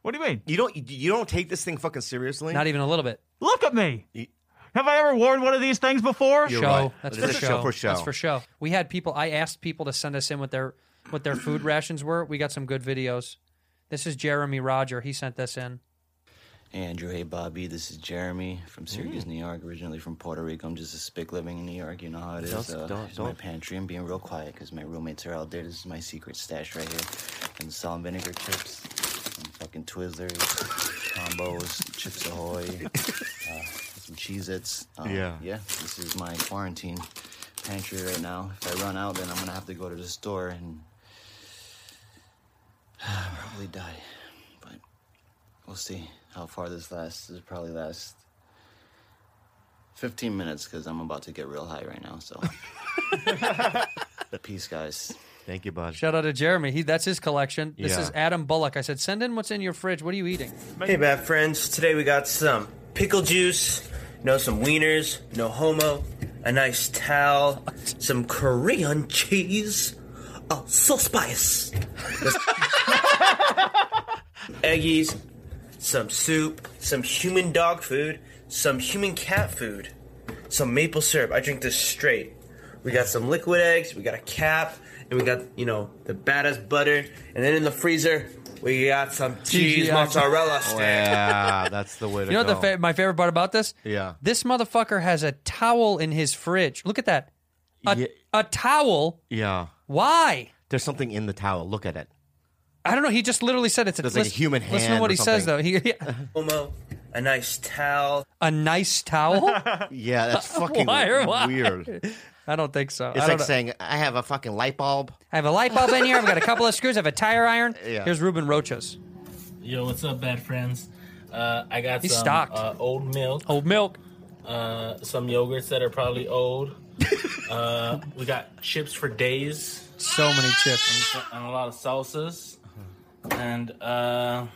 What do you mean? you don't you don't take this thing fucking seriously. Not even a little bit. Look at me. You- Have I ever worn one of these things before? You're show. right. That's This for is show. show for show. That's for show. We had people. I asked people to send us in what their what their food rations were. We got some good videos. This is Jeremy Roger. He sent this in. Andrew, hey Bobby, this is Jeremy from Mm. Syracuse, New York. Originally from Puerto Rico, I'm just a spick living in New York. You know how it is. Don't- uh, don't- here's my don't. pantry. I'm being real quiet because my roommates are out there. This is my secret stash right here: and salt and vinegar chips, some fucking Twizzlers, combos, Chips Ahoy, uh, some Cheez-Its. Um, Yeah. yeah. This is my quarantine pantry right now. If I run out, then I'm gonna have to go to the store and probably die. But We'll see how far this lasts. This will probably last 15 minutes because I'm about to get real high right now. So, peace, guys. e- Thank you, bud. Shout out to Jeremy. He that's his collection. This Yeah. is Adam Bullock. I said, send in what's in your fridge. What are you eating? Hey, bad friends. Today we got some pickle juice, you know, some wieners, no homo, a nice towel, some Korean cheese, oh, so spice, eggies, some soup, some human dog food, some human cat food, some maple syrup. I drink this straight. We got some liquid eggs, we got a cap, and we got, you know, the badass butter. And then in the freezer, we got some cheese TGI. mozzarella sticks. Yeah, that's the way to You know go. what the fa- my favorite part about this? Yeah. This motherfucker has a towel in his fridge. Look at that. A, Yeah. a towel? yeah, Why? there's something in the towel. Look at it. I don't know. He just literally said it's a, There's like a listen- human Listen to hand what or he says though. something. He, Homo, a nice towel. a nice towel? Yeah, that's fucking Why or why? weird. I don't think so. It's I don't like know. saying I have a fucking light bulb. I have a light bulb in here. I've got a couple of screws. I have a tire iron. Yeah. Here's Ruben Rochas. Yo, what's up, bad friends? Uh, I got He's some stocked. Oh. Uh, old milk, Old milk. uh, some yogurts that are probably old. uh, we got chips for days. So many chips and, and a lot of salsas, and uh,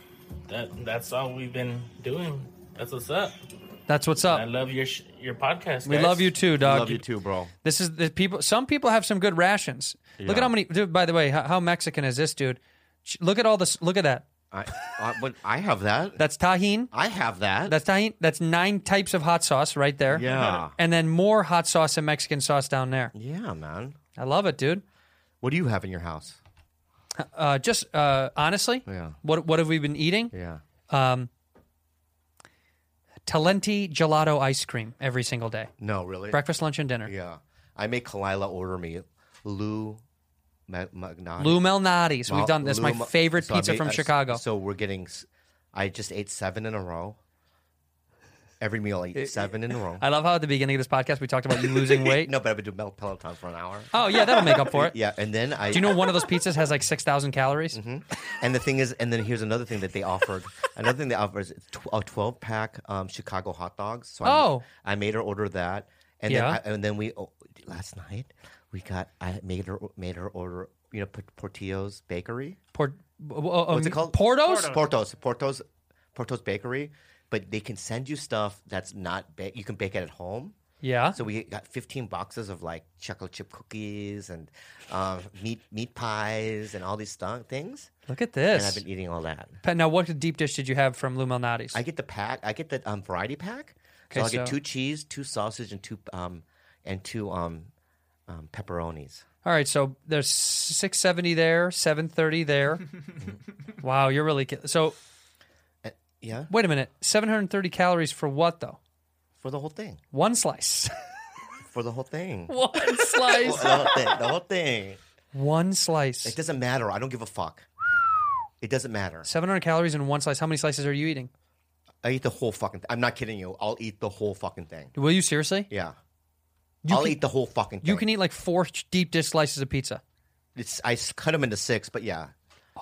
that that's all we've been doing. That's what's up. That's what's up. I love your sh- your podcast. We guys. love you too, dog. Love you too, bro. This is the people. Some people have some good rations. Look Yeah. at how many. Dude, by the way, how, how Mexican is this dude? Ch- Look at all this. Look at that. I, I, but I have that. That's tahine. I have that. That's tahine. That's nine types of hot sauce right there. Yeah. And then more hot sauce and Mexican sauce down there. Yeah, man. I love it, dude. What do you have in your house? Uh, just uh, honestly, Yeah. What what have we been eating? Yeah. Um, Talenti gelato ice cream every single day. No, really. Breakfast, lunch, and dinner. Yeah. I make Kalila order me Lou Ma- Magnati. Lou Malnati's. We've done this. Lou My Ma- favorite I pizza made- from I- Chicago. So we're getting. s- I just ate seven in a row. Every meal, I eat seven in a row. I love how at the beginning of this podcast we talked about you losing weight. no, but I've been doing Mel- Peloton for an hour. Oh yeah, that'll make up for it. Yeah, and then I. Do you know one of those pizzas has like six thousand calories? Mm-hmm. And the thing is, and then here's another thing that they offered. another thing they offered is tw- a 12 pack um, Chicago hot dogs. So I, Oh. I made her order that, and Yeah. then I, and then we oh, last night we got I made her made her order you know P- Portillo's Bakery. Port, What's it called? um, Portos. Portos. Portos. Portos Bakery. But they can send you stuff that's not ba- you can bake it at home. Yeah. So we got 15 boxes of like chocolate chip cookies and um, meat meat pies and all these stu- things. Look at And I've this. been eating all that. Pa- Now, what deep dish did you have from Lou Malnati's? I get the pack. I get the um, variety pack. Okay, so I get so- two cheese, two sausage, and two um and two um, um pepperonis. All right, so there's six seventy there, seven thirty there. wow, you're really ki- so. Uh, Yeah, Wait a minute, seven hundred thirty calories for what though? for the whole thing. One slice. For the whole thing. One the slice. whole thing. The whole thing. One slice. It doesn't matter. I don't give a fuck. It doesn't matter. Seven hundred calories in one slice. How many slices are you eating? I eat the whole fucking. Th- I'm not kidding you. I'll eat the whole fucking thing. Will you seriously? Yeah. You I'll can- eat the whole fucking thing. You can eat like four ch- deep dish slices of pizza. It's, I s- cut them into six, but yeah,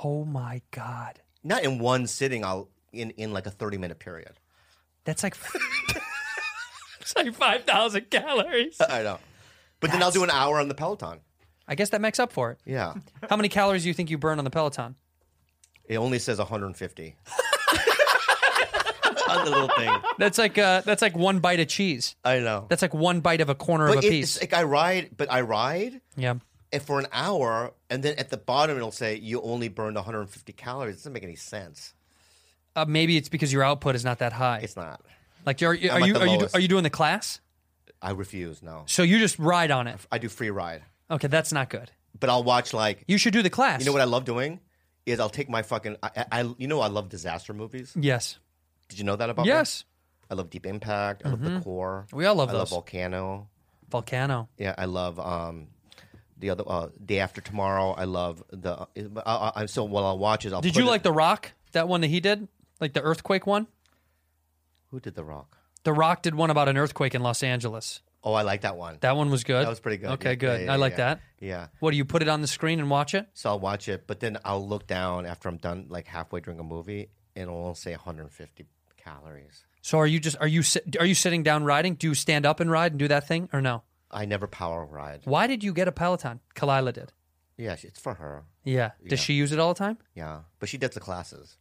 Oh my god, not in one sitting. I'll in in like a 30 minute period. that's like it's like five thousand calories. I know. But then I'll do an hour on the Peloton. I guess that makes up for it. Yeah. How many calories do you think you burn on the Peloton? It only says 150. on the little thing. That's like uh, that's like one bite of cheese. I know. That's like one bite of a corner but of a it- piece. it's like I ride, but I ride yeah. and for an hour, and then at the bottom it'll say you only burned 150 calories. It doesn't make any sense. Uh, maybe it's because your output is not that high. It's not. like, are, you- are I'm at you the are you lowest. are you doing the class? I refuse. No, So you just ride on it. I do free ride, Okay, that's not good. but I'll watch like You should do the class. You know what I love doing is I'll take my fucking. I, I you know I love disaster movies. yes. Did you know that about me? Yes. Mm-hmm. I love Deep Impact. I love The Core. We all love I those. love Volcano. Volcano. Yeah, I love um, the other uh, Day After Tomorrow. I love the. Uh, I, I'm so while I watch it, I'll. Did put you it- like The Rock? That one that he did, like the earthquake one. Who did The Rock? The Rock did one about an earthquake in Los Angeles. Oh, I like that one. That, That one was good. was pretty good. Okay, Yeah, good. yeah, yeah, I like yeah. that. Yeah. What do you put it on the screen and watch it? So I'll watch it, but then I'll look down after I'm done, like halfway during a movie, and it'll say 150 calories. So are you just are you sit- are you sitting down riding? Do you stand up and ride and do that thing or no? I never power ride. Why did you get a Peloton? Kalila did. Yeah, it's for her. Yeah. Does she use it all the time? Yeah, but she does the classes,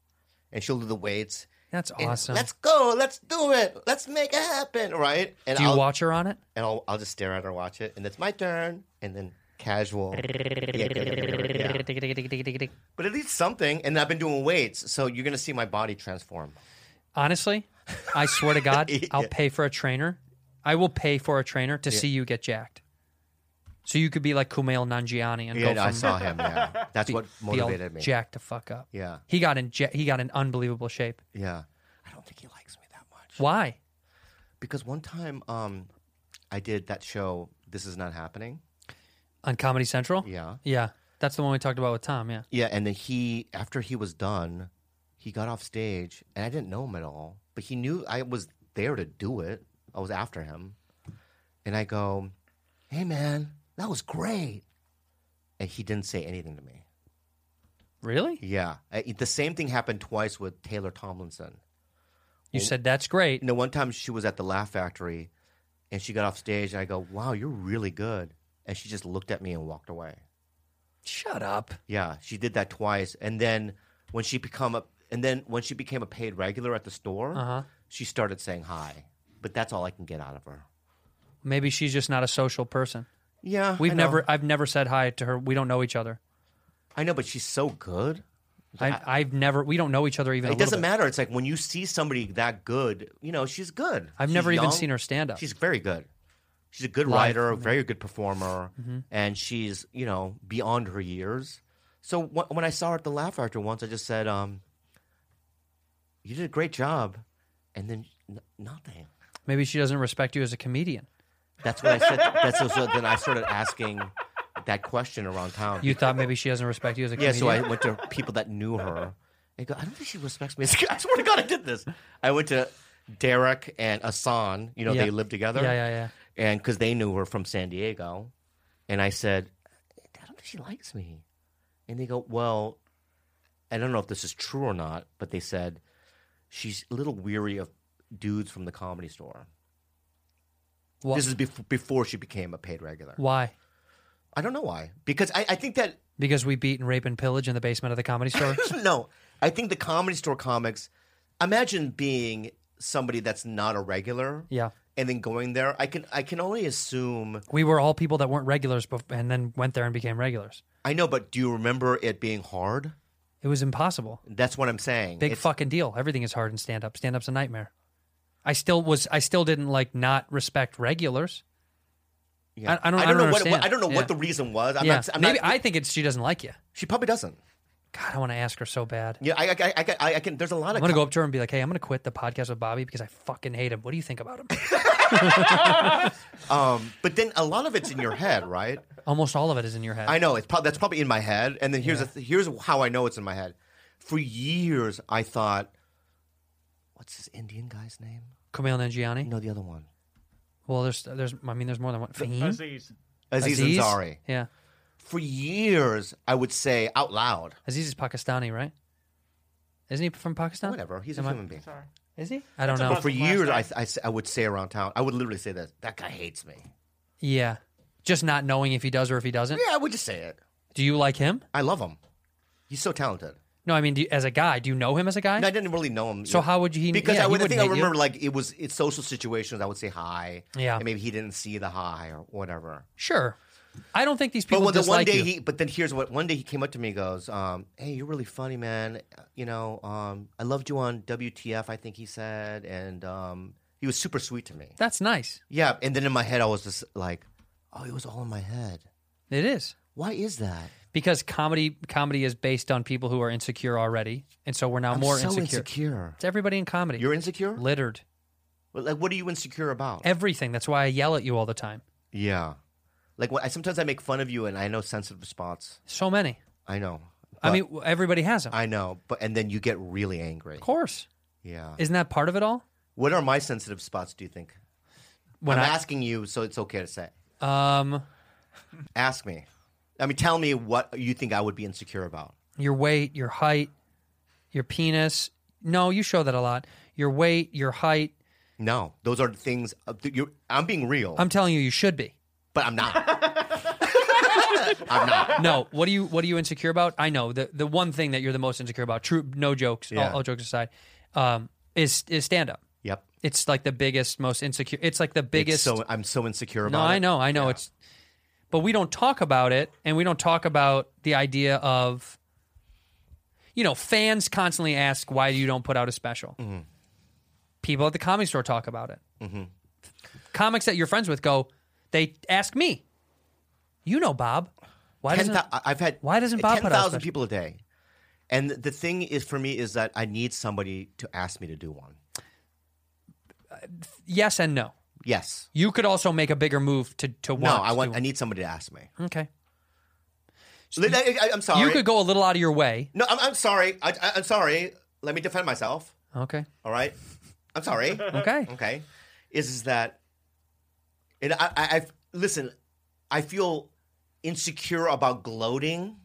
and she'll do the weights. That's and awesome. Let's go. Let's do it. Let's make it happen. Right? And Do you I'll, watch her on it? And I'll, I'll just stare at her, watch it, and it's my turn, and then casual. Yeah, yeah. But at least something. And I've been doing weights, so you're gonna see my body transform. Honestly, I swear to God, Yeah. I'll pay for a trainer. I will pay for a trainer to see you get jacked. So you could be like Kumail Nanjiani and Yeah, go I from saw him. Yeah, that's what be all motivated me. jacked the fuck up. Yeah. He got in ja- he got in unbelievable shape. Yeah, I don't think he likes me that much. Why? Because one time, um, I did that show. This is not happening. On Comedy Central? Yeah. Yeah. That's the one we talked about with Tom, yeah. Yeah, and then he after he was done, he got off stage, and I didn't know him at all, but he knew I was there to do it. I was after him, and I go, "Hey, man, that was great," and he didn't say anything to me. Really? Yeah, I- the same thing happened twice with Taylor Tomlinson. You said that's great. You know, one time she was at the Laugh Factory, And she got off stage, and I go, "Wow, you're really good." And she just looked at me and walked away. Shut up. Yeah, she did that twice, and then when she become a, and then when she became a paid regular at the store, Uh-huh. she started saying hi. But that's all I can get out of her. Maybe she's just not a social person. Yeah, We've I know. never. I've never said hi to her. We don't know each other. I know, but she's so good. I, I've never. We don't know each other even. a It little doesn't bit. matter. It's like when you see somebody that good, you know, she's good. I've She's never even young. seen her stand up. She's very good. She's a good Live, writer, a yeah. very good performer, Mhm. and she's, you know, beyond her years. So wh- when I saw her at the Laugh Factory once, I just said, um, you did a great job. And then n- nothing. Maybe she doesn't respect you as a comedian. That's what I said. That's also, then I started asking that question around town. You thought maybe she doesn't respect you as a yeah, comedian. so I went to people that knew her. I go, I don't think she respects me. I swear to God, I did this. I went to Derek and Asan. You know, Yeah. they lived together. Yeah, yeah, yeah. And because they knew her from San Diego, and I said, I don't think she likes me. And they go, Well, I don't know if this is true or not, but they said she's a little weary of dudes from the comedy store. Wha- This is bef- before she became a paid regular. Why? I don't know why. Because I, I think that Because we beat and rape and pillage in the basement of the comedy store. no, I think the comedy store comics. Imagine being somebody that's not a regular, yeah. and then going there. I can I can only assume. We were all people that weren't regulars, bef- and then went there and became regulars. I know, but do you remember it being hard? It was impossible. That's what I'm saying. Big It's- fucking deal. Everything is hard in stand up. Stand up's a nightmare. I still was. I still didn't like not respect regulars. yeah. I, I don't. I know what, understand. what I don't know Yeah. what the reason was. I'm yeah. not. I'm Maybe not, I think it's she doesn't like you. She probably doesn't. God, I want to ask her so bad. Yeah, I, I, I, I, I can. There's a lot I'm of. gonna go up to her and be like, "Hey, I'm gonna quit the podcast with Bobby because I fucking hate him. What do you think about him?" Um, but then a lot of it's in your head, right? Almost all of it is in your head. I know it's probably that's probably in my head. And then here's Yeah. the th- here's how I know it's in my head. For years, I thought, what's this Indian guy's name? Kumail Nanjiani. No, the other one. Well, there's there's I mean there's more than one. Fahim? Aziz. Aziz Aziz? Ansari. Yeah, For years, I would say out loud, Aziz is Pakistani, right? Isn't he from Pakistan? whatever, he's a Am I- human being. Is he? I don't That's a know. But for Last years, I, night. I, I would say around town, I would literally say this that guy hates me. Yeah, just not knowing if he does or if he doesn't. Yeah, I would just say it. Do you like him? I love him. He's so talented. No, I mean do you, as a guy, do you know him as a guy? And I didn't really know him. So yet. how would he- Because yeah, I, would, he I think I wouldn't hate you. remember like it was it's social situations. I would say hi. Yeah. and maybe he didn't see the hi or whatever. sure. I don't think these But people when the one dislike day you. he, but then here's what one day he came up to me and goes, um, "Hey, you're really funny, man. You know, um, I loved you on WTF. I think he said, and um, he was super sweet to me. That's nice. Yeah, and then in my head I was just like, "Oh, it was all in my head. It is. Why is that? because comedy comedy is based on people who are insecure already, and so we're now I'm more so insecure. insecure. It's everybody in comedy. You're insecure. littered. Well, Like, what are you insecure about? Everything. That's why I yell at you all the time. yeah, like what, I, sometimes I make fun of you, and I know sensitive spots. So many. I know. I But- mean, w- everybody has them. I know, but and then you get really angry. of course. Yeah. Isn't that part of it all? What are my sensitive spots? Do you think? When I'm I asking you, so it's okay to say. um, Ask me. I mean, tell me what you think I would be insecure about. your weight, your height, your penis. No, you show that a lot. Your weight, your height. No, those are things. uh, th- You're, I'm being real, I'm telling you, you should be. but I'm not. I'm not. No, what do you what are you insecure about? I know the the one thing that you're the most insecure about. True, no jokes. all- Yeah. All, jokes aside, um, is is stand up. Yep. It's like the biggest, most insecure. It's like the biggest. It's so I'm so insecure no, about. I it. know, I know. It's, but we don't talk about it, and we don't talk about the idea of, you know, fans constantly ask why you don't put out a special. Mm-hmm. People at the comedy store talk about it. Comics that you're friends with go, they ask me, you know, Bob, why Ten doesn't thou- I've had why doesn't Bob put ten out a thousand special? people a day, and the thing is for me is that I need somebody to ask me to do one. yes and no. Yes. You could also make a bigger move to to No, want. I want. to- I need somebody to ask me. okay. Li- I, I, I'm sorry. You could go a little out of your way. No, I'm, I'm sorry. I, I, I'm sorry. Let me defend myself. Okay. All right. I'm sorry. Okay. okay. Is is that? And I, I, I listen. I feel insecure about gloating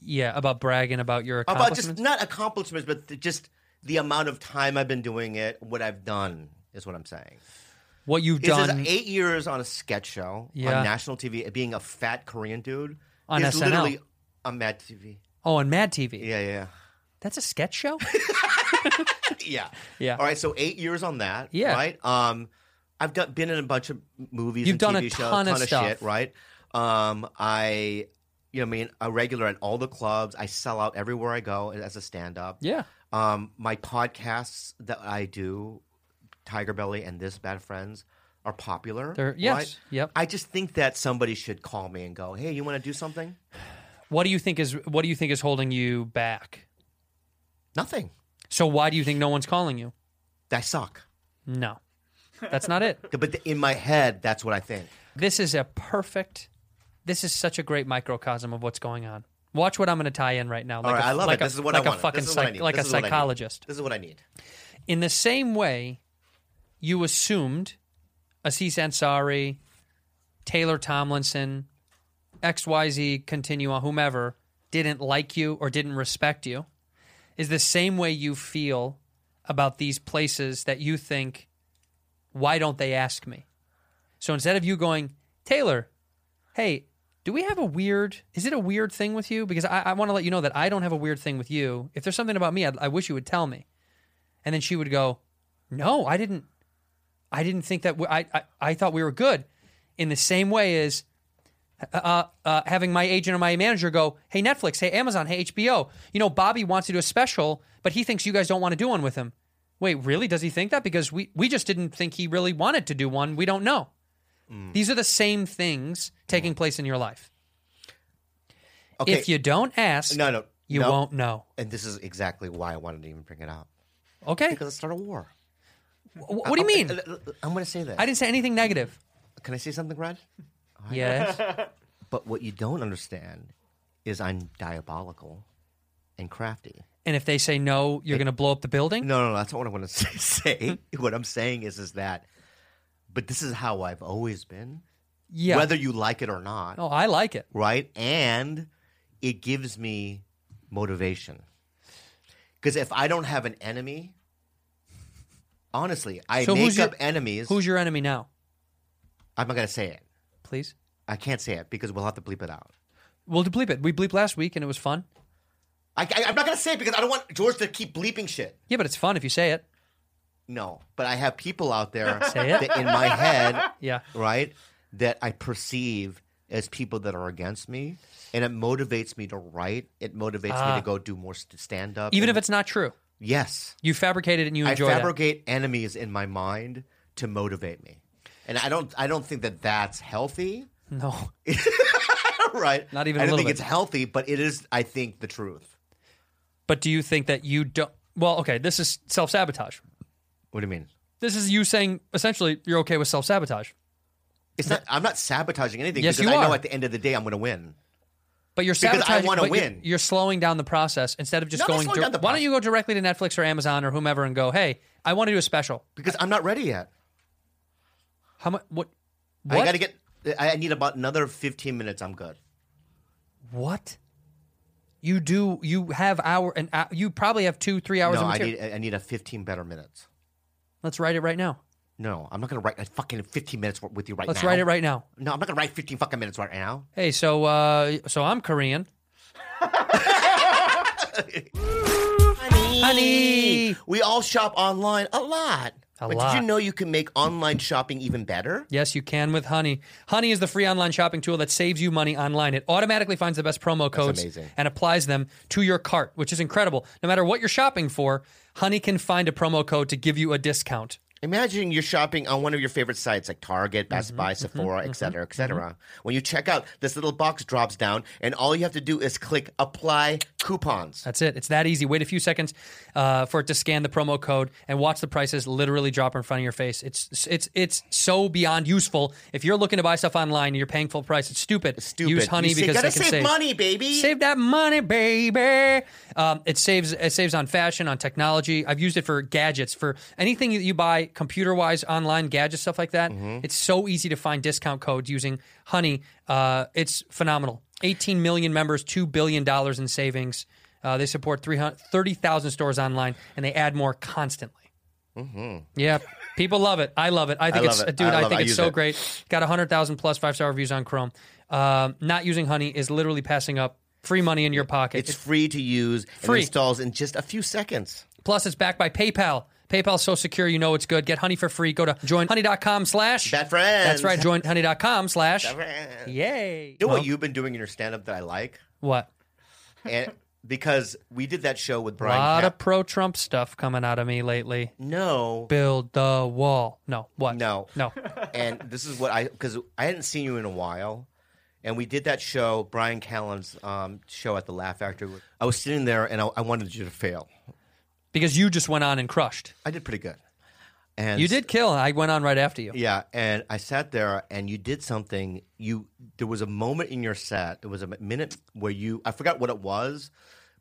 Yeah, about bragging about your about accomplishments. just not accomplishments, but the, just the amount of time I've been doing it, what I've done is what I'm saying. what you've It says done. eight years on a sketch show Yeah. on national TV, being a fat Korean dude On is SNL. literally on Mad TV. Oh, on Mad TV. Yeah, yeah, That's a sketch show. yeah. Yeah. All right, so eight years on that. Yeah. Right. Um, I've done, been in a bunch of movies. You've and done a TV shows, ton of ton stuff. shit. Right. Um, I, you know, what I mean, a regular at all the clubs. I sell out everywhere I go as a stand-up. Yeah. Um, my podcasts that I do, Tiger Belly and This Bad Friends, are popular. They're- yes. Yep. I just think that somebody should call me and go, "Hey, you want to do something?" What do you think is What do you think is holding you back? Nothing. So why do you think no one's calling you? I suck. No, that's not it. But th- in my head, that's what I think. This is a perfect. This is such a great microcosm of what's going on. Watch what I'm going to tie in right now. All right, I I love like it. A, this is what like I want. a fucking this is what I psych- need. like This a is what I need. psychologist. This is what I need. In the same way, you assumed Assis Ansari, Taylor Tomlinson, XYZ Continua, whomever, didn't like you or didn't respect you, is the same way you feel about these places that you think, why don't they ask me? So instead of you going, Taylor, hey, do we have a weird, is it a weird thing with you? Because I, I want to let you know that I don't have a weird thing with you. If there's something about me, I'd, I wish you would tell me. And then she would go, no, I didn't. I didn't think that. We, I, I I thought we were good. In the same way as uh, uh, having my agent or my manager go, "Hey Netflix, hey Amazon, hey HBO, you know Bobby wants to do a special, but he thinks you guys don't want to do one with him." Wait, really? Does he think that? Because we we just didn't think he really wanted to do one. We don't know. Mm. These are the same things taking place in your life. Okay. If you don't ask, No, no, you no. won't know. And this is exactly why I wanted to even bring it up. Okay. Because it started a war. Wh- what do you mean? I'm going to say that. I didn't say anything negative. Can I say something, Brad? Yes. But what you don't understand is I'm diabolical and crafty. And if they say no, you're going to blow up the building? No, no, no, that's not what I want to say. say. What I'm saying is, is that, but this is how I've always been. Yeah. Whether you like it or not, No, I like it. right? And it gives me motivation. Because if I don't have an enemy, honestly, I So who's make your- up enemies. Who's your enemy now? I'm not going to say it. Please. I can't say it because we'll have to bleep it out. We'll bleep it. We bleeped last week and it was fun. I, I, I'm not going to say it because I don't want George to keep bleeping shit. Yeah, but it's fun if you say it. No, but I have people out there Say it. that in my head, Yeah. right, that I perceive as people that are against me, and it motivates me to write. It motivates Ah. me to go do more stand up. Even if it's not true. yes, You fabricated it and you I enjoy it. fabricate enemies in my mind to motivate me, and I don't. I don't think that that's healthy, No. right? Not even a I little don't think bit. it's healthy, but it is. I think the truth. But do you think that you don't Well, okay, this is self-sabotage. What do you mean? This is you saying essentially you're okay with self-sabotage. It's not. I'm not sabotaging anything Yes, because you I know are. at the end of the day I'm going to win. But you're Because I sabotaging. wanna but you're- win. You're slowing down the process instead of just No, I'm not going. slowing dir- down the why don't process. you go directly to Netflix or Amazon or whomever and go, "Hey, I want to do a special. Because I'm not ready yet. How much? What? I What? got to get. I I need about another 15 minutes. I'm good. What? You do. You have hour and hour, you probably have two, three hours. no, of I material. need. I need a 15 better minutes. Let's write it right now. No, I'm not going to write a fucking 15 minutes with you right Let's now. write it right now. No, I'm not going to write 15 fucking minutes right now. Hey, so uh, so I'm Korean. Honey, Honey. we all shop online a lot. A but did lot. you know you can make online shopping even better? Yes, you can with Honey. Honey is the free online shopping tool that saves you money online. It automatically finds the best promo codes amazing. and applies them to your cart, which is incredible. No matter what you're shopping for, Honey can find a promo code to give you a discount. Imagine you're shopping on one of your favorite sites like Target, Best Mm-hmm, Buy, Sephora, etc., etc. When you check out, this little box drops down, and all you have to do is click apply coupons. That's it. It's that easy. Wait a few seconds uh, for it to scan the promo code and watch the prices literally drop in front of your face. It's it's it's so beyond useful. If you're looking to buy stuff online and you're paying full price, it's stupid. Stupid. Use Honey you say, because gotta they can save, money, baby. Save that money, baby. Um, it saves it saves on fashion, on technology. I've used it for gadgets, for anything that you buy computer wise, online gadgets, stuff like that. Mm-hmm. It's so easy to find discount codes using Honey. Uh, it's phenomenal. 18 million members, two billion dollars in savings. Uh, they support 300 30,000 stores online, and they add more constantly. Mm-hmm. Yeah, people love it. I love it. I think I it's love it. dude. I I, love it. think I it's use so it. great. Got hundred thousand plus five star reviews on Chrome. Um, not using honey is literally passing up free money in your pocket. It's free to use. And Free. it installs in just a few seconds. Plus, it's backed by PayPal. PayPal's so secure, you know it's good. Get honey for free. Go to joinhoney.com slash bad friends. That's right, joinhoney.com slash Yay! You know Well- what you've been doing in your stand up that I like? what? And because we did that show with A Brian lot Cap- of pro Trump stuff coming out of me lately. No. Build the wall. No. What? No. No. and this is what I because I hadn't seen you in a while, and we did that show, Brian Callen's um, show at the Laugh Factory. I was sitting there and I, I wanted you to fail. Because you just went on and crushed. I did pretty good. And you did kill. I went on right after you. Yeah, and I sat there and you did something. You there was a moment in your set. There was a minute where you I forgot what it was,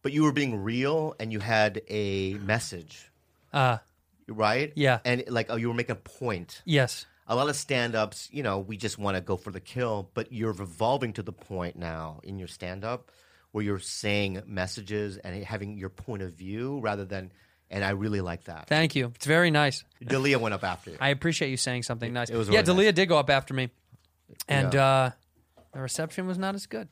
but you were being real and you had a message, Uh, right? Yeah. and like oh, you were making a point. yes. a lot of stand-ups you know we just want to go for the kill but you're evolving to the point now in your stand-up where you're saying messages and having your point of view rather than and i really like that Thank you. It's very nice. delia went up after you I appreciate you saying something nice. It was yeah, really Dalia did go up after me, and Yeah. uh, the reception was not as good.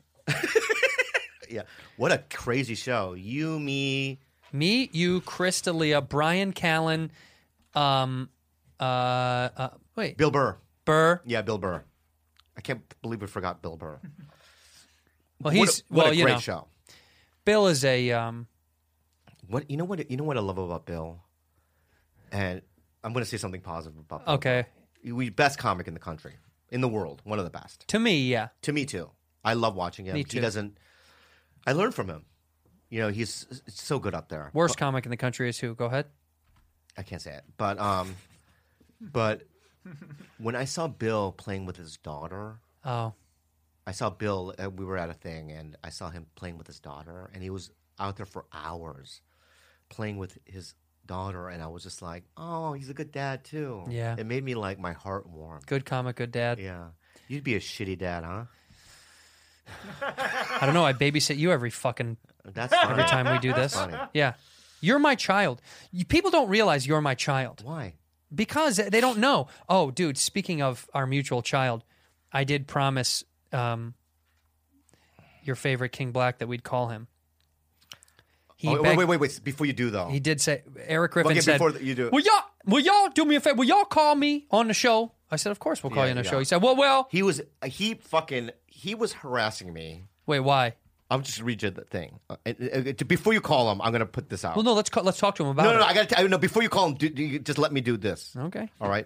yeah what a crazy show you me Me, you, Chris D'Elia, Brian Callen, um, uh, uh, wait, bill burr Burr. yeah bill burr i can't believe we forgot bill burr Well, What a- he's what a, well, you great know, show Bill is a um, what you know what you know what i love about bill and i'm going to say something positive about bill okay we best comic in the country, in the world, one of the best. to me, yeah, To me too. I love watching him. Me He too. doesn't. I learn from him. You know, he's s- so good up there. worst comic in the country is who? Go ahead. I can't say it, but um, but when I saw Bill playing with his daughter, Oh, I saw Bill. Uh, we were at a thing, and I saw him playing with his daughter, and he was out there for hours playing with his daughter, and I was just like, oh, he's a good dad too. Yeah. it made me like my heart warm. good comic, good dad. Yeah, you'd be a shitty dad, huh? I don't know. I babysit you every fucking That's funny. every time we do That's this. funny. Yeah, you're my child. You, people don't realize you're my child. Why? because they don't know. Oh, dude, speaking of our mutual child, I did promise um, your favorite King Black that we'd call him. He Oh, begged- wait, wait, wait, wait. Before you do though, He did say Eric Griffin Okay, said, before you do it. "Will y'all, will y'all do me a favor? Will y'all call me on the show?" I said, "Of course, we'll call Yeah, you on the yeah. show." He said, "Well, well, he was he fucking he was harassing me. wait, why? I'm just read you the thing. Uh, uh, uh, Before you call him, I'm gonna put this out. Well, no, let's call, let's talk to him about no, it." no, no, I gotta tell you. No, before you call him, do, do you just let me do this. okay, All right.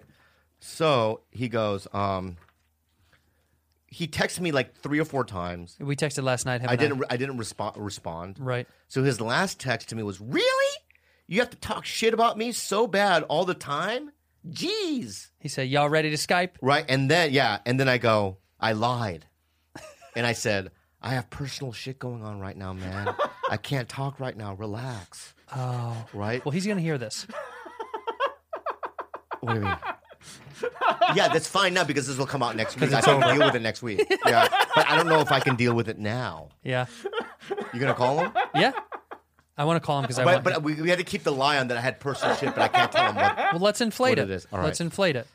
So he goes. um He texted me like three or four times. we texted last night. Him I and didn't. I didn't respond. Respond. right? So his last text to me was, "Really? You have to talk shit about me so bad all the time? Jeez." He said, "Y'all ready to Skype?" Right. And then, yeah. And then I go, I lied. And I said, I have personal shit going on right now, man. I can't talk right now. Relax. Oh, Right. well, he's gonna hear this. What do you mean? Yeah, that's fine now because this will come out next week. I can deal with it next week. Yeah. But I don't know if I can deal with it now. Yeah, You going to call him? yeah. I want to call him because I But, want. but we, we had to keep the lie on that I had personal shit, but I can't tell him what, Well, let's inflate What it. it is. All right. Let's inflate it.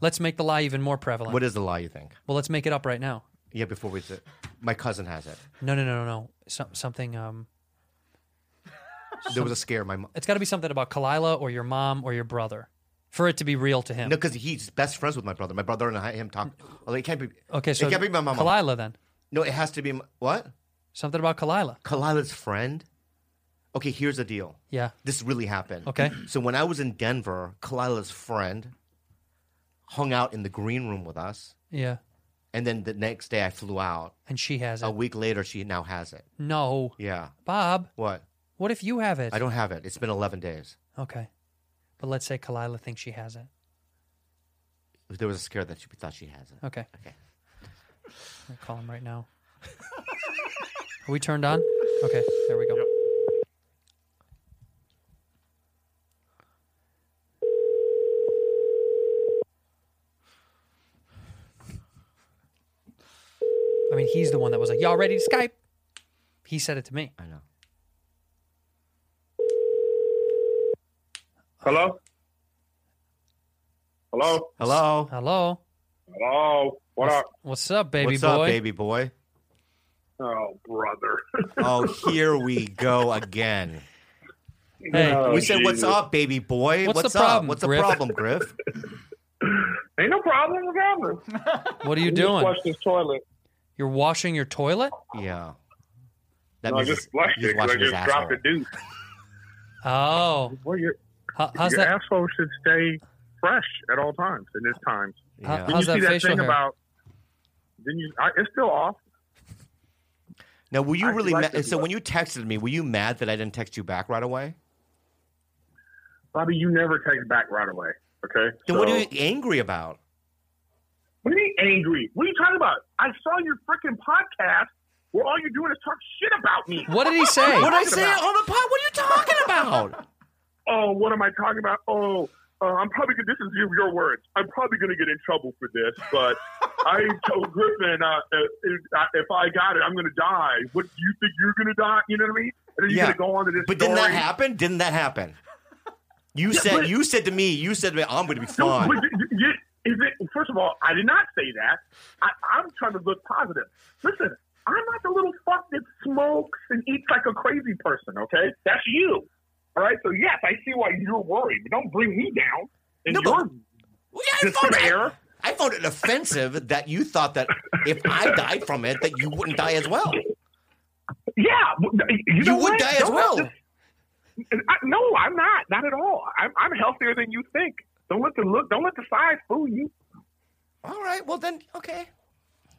Let's make the lie even more prevalent. what is the lie you think. well, let's make it up right now. Yeah, before we sit. My cousin has it. No, no, no, no, no. Some, something. Um, There was a scare. My mom. it's got to be something about Kalila or your mom or your brother, for it to be real to him. No, because he's best friends with my brother. My brother and I, him talk. Well, it can't be. okay, so it can't be my mom. Kalila then. No, it has to be m- what? Something about Kalila. Kalila's friend. Okay, here's the deal. Yeah. This really happened. Okay. So when I was in Denver, Kalila's friend hung out in the green room with us, Yeah. and then the next day I flew out. And she has it. A week later, she now has it. no, Oh. Yeah. Bob. What? What if you have it? I don't have it. It's been 11 days. Okay. But let's say Kalila thinks she has it. There was a scare that she thought she has it. Okay. Okay. I'll call him right now. Are we turned on? Okay. There we go. I mean, he's the one that was like, "Y'all ready to Skype?" He said it to me. I know. Hello? Hello? Hello? Hello? Hello? What up? What's up, baby What's boy? up, baby boy? Oh, brother. Oh, here we go again. Hey. Oh, we said, "What's Jesus. up, baby boy? What's the up? problem, What's the Griff?" problem, Griff?" Ain't no problem with What are you Just doing? flush this toilet. You're washing your toilet? Yeah. That No, I means just he's- flushed he's it 'cause I washing his just dropped asshole. the dude. Oh. Well, your, How, how's your that? asshole should stay fresh at all times in this times. How- Didn't how's you that see that facial thing hair? about? Didn't you? I, it's still off. Now, were you I really like mad? this So, look. when you texted me, were you mad that I didn't text you back right away? Bobby, you never text back right away. Okay. Then what So- are you angry about? What do you mean angry? What are you talking about? I saw your freaking podcast where all you're doing is talk shit about me. What did he say? What What are did I you say talking on the pod? What are you talking about? oh, what am I talking about? Oh, uh, I'm probably gonna, this is your, your words. I'm probably going to get in trouble for this, but I told Griffin uh, if, if I got it, I'm going to die. What do you think you're going to die? You know what I mean? And then you're Yeah. going to go on to this. But didn't that story. happen? Didn't that happen? You Yeah, said but- you said to me, you said to me, I'm going to be No, fine. but you- you- is it, first of all, I did not say that. I, I'm trying to look positive. Listen, I'm not the little fuck that smokes and eats like a crazy person, okay? That's you. All right? So, yes, I see why you're worried, but don't bring me down. And you're despair. I found it offensive that you thought that if I died from it, that you wouldn't die as well. Yeah, you, know would what? die as Don't well. let this- I, no, I'm not. Not at all. I'm, I'm healthier than you think. Don't let the look. Don't let the size fool you. All right. Well, then, okay.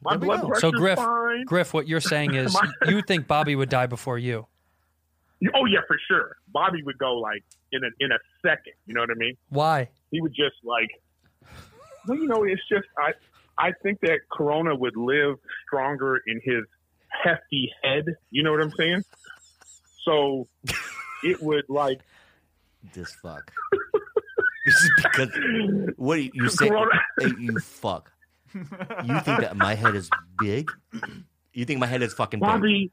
My There we blood go. pressure's So Griff, fine. Griff, what you're saying is My- you think Bobby would die before you. You- Oh yeah, for sure. Bobby would go like in a in a second. You know what I mean? Why? He would just like, well, you know, it's just I I think that Corona would live stronger in his hefty head. You know what I'm saying? So it would like This fuck. this is because what you- you say? Corona. Hey, you fuck. You think that my head is big? You think my head is fucking big? Bobby.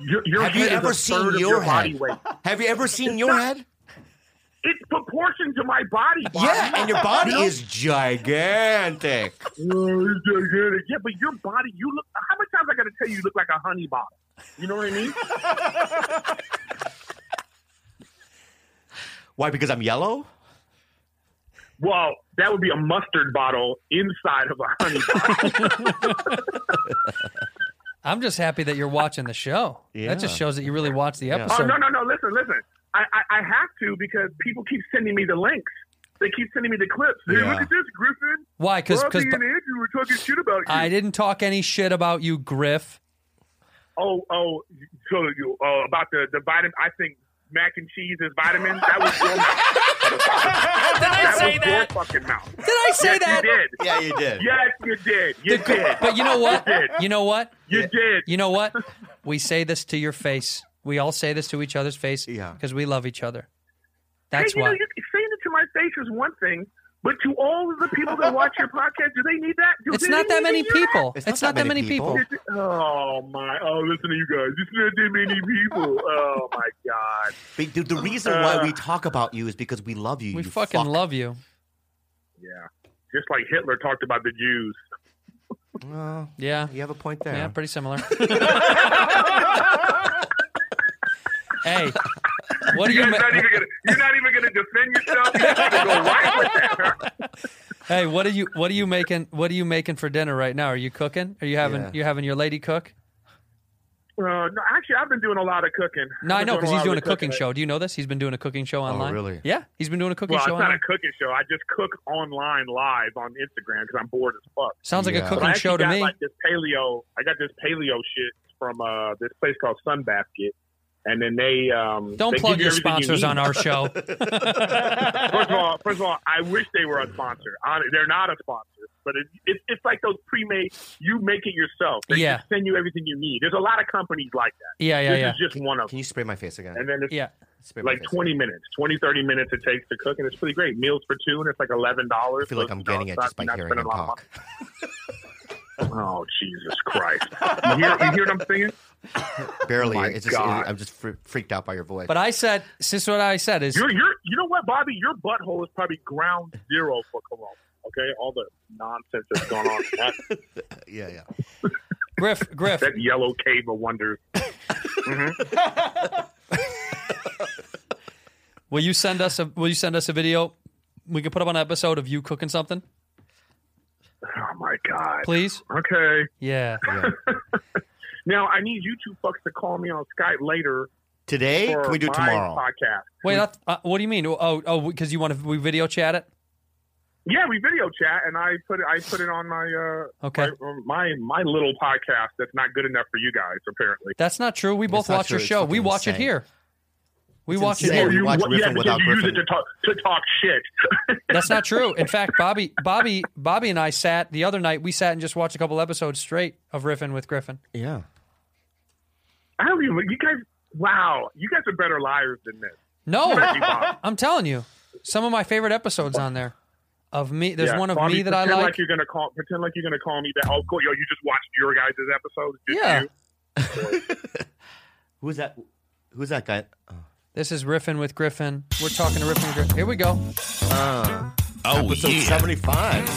Your, your Have you head is ever a seen third of your your body head? weight. Have you ever seen It's your not- head? It's proportioned to my body. Bobby. Yeah, and your body You know? is gigantic. Oh, it's so good. Yeah, but your body, you look. How many times I got to tell you, you look like a honey bottle? You know what I mean? Why? Because I'm yellow. Well, that would be a mustard bottle inside of a honey bottle. I'm just happy that you're watching the show. Yeah. That just shows that you really watch the episode. oh no, no, no! Listen, listen. I, I, I have to because people keep sending me the links. They keep sending me the clips. Hey, Yeah. look at this, Griffin. Why? 'Cause- Bobby 'cause and Bu- Andrew were talking shit about you. I didn't talk any shit about you, Griff. Oh, oh, so you uh, about the the vitamin? I think mac and cheese is vitamin. That was your mouth. Did I say was that? Your fucking mouth. Did I say yes, that? You did. Yeah, you did. Yes, you did. You The- did. But you know what? You did. You know what? You did. You know what? We say this to your face. We all say this to each other's face because we love each other. That's hey, you why. Know, you, saying it to my face is one thing, but to all of the people that watch your podcast, do they need that? Do It's they not that need to many hear that? people. It's It's not not that that many many people. people. Is it- Oh my! Oh, listen to you guys. It's not that many people. Oh my god. But the, the reason why we Uh. talk about you is because we love you. we you fucking fuck. love you. Yeah, just like Hitler talked about the Jews. Well, Yeah. You have a point there. Yeah, pretty similar. hey, what do you you? guys ma- not even gonna, you're not even going to defend yourself. You're just going to go right with that. hey, what are you? What are you making? What are you making for dinner right now? Are you cooking? Are you having? Yeah. You having your lady cook? Uh, no, actually, I've been doing a lot of cooking. No, I've I been know because lot he's of doing a cooking cooking. Oh, show. Do you know this? He's been doing a cooking show online. really? Yeah, he's been doing a cooking well, show it's not online. a cooking show. I just cook online live on Instagram because I'm bored as fuck. Sounds like a But I cooking actually show to got, me. Like this paleo, I got this paleo shit from uh, this place called Sunbasket, and then they um, Don't they plug give your you everything you sponsors need. on our show. first of all, first of all, I wish they were a sponsor. Hon- They're not a sponsor, but it, it, it's like those pre-made. You make it yourself. They Yeah. just send you everything you need. There's a lot of companies like that. Yeah, yeah, this yeah. Is just one of. Can you spray my face again? and then it's yeah. my like face 20 minutes, 20, 30 minutes it takes to cook, and it's pretty great. Meals for two, and it's like $11. I feel like I'm getting it just by hearing him talk. oh, Jesus Christ. You hear, you hear what I'm saying? Barely. My it's just, God. I'm just fre- freaked out by your voice. But I said, since what I said is, You're, you're, you know what? Bobby, your butthole is probably ground zero for cologne. Okay, all the nonsense that's gone on. In that. yeah, yeah. Griff, Griff. That yellow cave of wonders. Will you send us a Will you send us a video? We can put up an episode of you cooking something. Oh my god! Please. Okay. Yeah. Now I need you two fucks to call me on Skype later. Today? for Can we do it my tomorrow? Podcast. Wait, I th- uh, what do you mean? Oh, oh, because you want to we video chat it? Yeah, we video chat, and I put it. I put it on my uh, Okay. my, my my little podcast. That's not good enough for you guys, apparently. That's not true. We both not watch true. your It's show. We fucking watch it insane. here. We watch it insane. here. Oh, you- You yeah, because you use it to talk to talk shit. That's not true. In fact, Bobby, Bobby, Bobby, and I sat the other night. We sat and just watched a couple episodes straight of Riffin with Griffin. Yeah. I don't even. You guys, wow, you guys are better liars than this. No, Thank you, Bob. I'm telling you, some of my favorite episodes on there. Of me, there's Yeah, one of Bobby, me that I pretend like. you're gonna call. Pretend like you're gonna call me back. Oh, cool. Yo, you just watched your guys' episode. Just Yeah. You? Who's that? Who's that guy? This is Riffin with Griffin. We're talking to Riffin. With Griffin. Here we go. Uh, Oh, episode yeah. 75.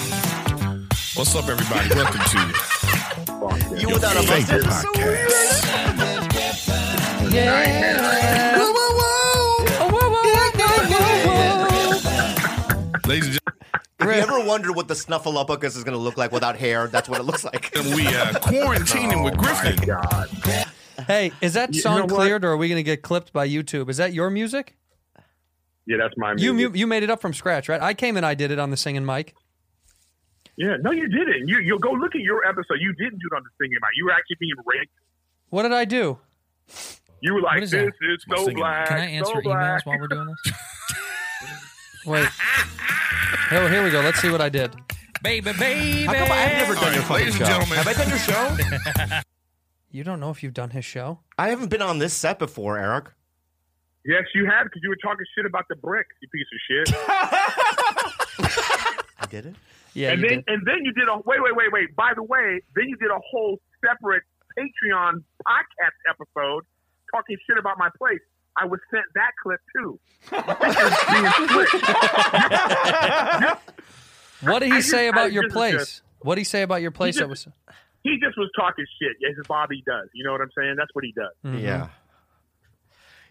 What's up, everybody? Welcome to You without a favorite mustache. podcast. Yeah. Oh, Whoa, whoa, whoa. Whoa, whoa, whoa, whoa. Ladies and If you ever wonder what the snuffleupagus is going to look like without hair, that's what it looks like. we uh, quarantining Oh, with Griffin. Hey, is that You song know what? cleared, or are we going to get clipped by YouTube? Is that your music? Yeah, that's my. You mu- music. you made it up from scratch, right? I came and I did it on the singing mic. Yeah, no, you didn't. You you go look at your episode. You didn't do it on the singing mic. You were actually being raped. What did I do? You were like, is "This that? is so black." Can I answer so black. emails while we're doing this? Wait. Here, here we go. Let's see what I did. Baby, baby. How come I've never done your fucking ladies show? and gentlemen. Have I done your show? You don't know if you've done his show. I haven't been on this set before, Eric. Yes, you have, because you were talking shit about the bricks, you piece of shit. I did it. Yeah, and you then and then you did a wait, wait, wait, wait. By the way, then you did a whole separate Patreon podcast episode talking shit about my place. I was sent that clip too. What did he I just- say I about your just- place? What did he say about your place? just- that was He just was talking shit, as Bobby does. You know what I'm saying? That's what he does. Hmm. Yeah.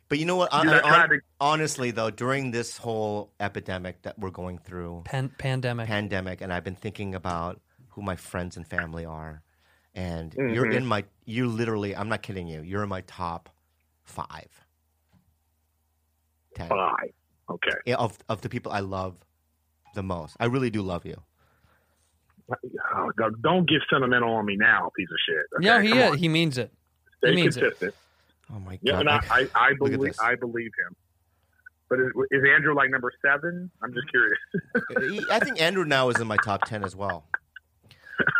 But you know what? I, Dude, I I- tried to- honestly, though, during this whole epidemic that we're going through, pan- pandemic. pandemic, and I've been thinking about who my friends and family are, and you're Mhm. in my, you literally, I'm not kidding you, you're in my top five, ten Five. Okay. Yeah, of of the people I love the most. I really do love you. Oh, don't- don't get sentimental on me now, piece of shit. Okay, no, he come is. on. He means it. Stay he means it. consistent. Oh my god! Yeah, and I, I, I look at believe this. I believe him. But is, is Andrew like number seven? I'm just curious. I think Andrew now is in my top ten as well.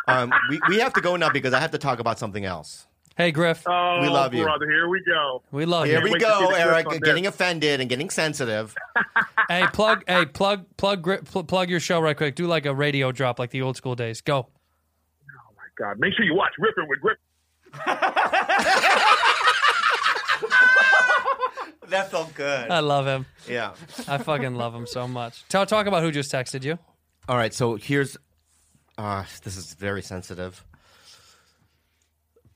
Um, we we have to go now because I have to talk about something else. Hey, Griff. Oh, We love you. brother. Here we go. We love you. Here Can't we wait to see go, the clip Eric. on this. Getting offended and getting sensitive. hey, plug. Hey, plug. Plug. Gri- pl- plug your show right quick. Do like a radio drop, like the old school days. Go. God, make sure you watch Ripping with Grip. That felt good. I love him. Yeah. I fucking love him so much. Tell talk about who just texted you. All right. So here's. Uh, this is very sensitive,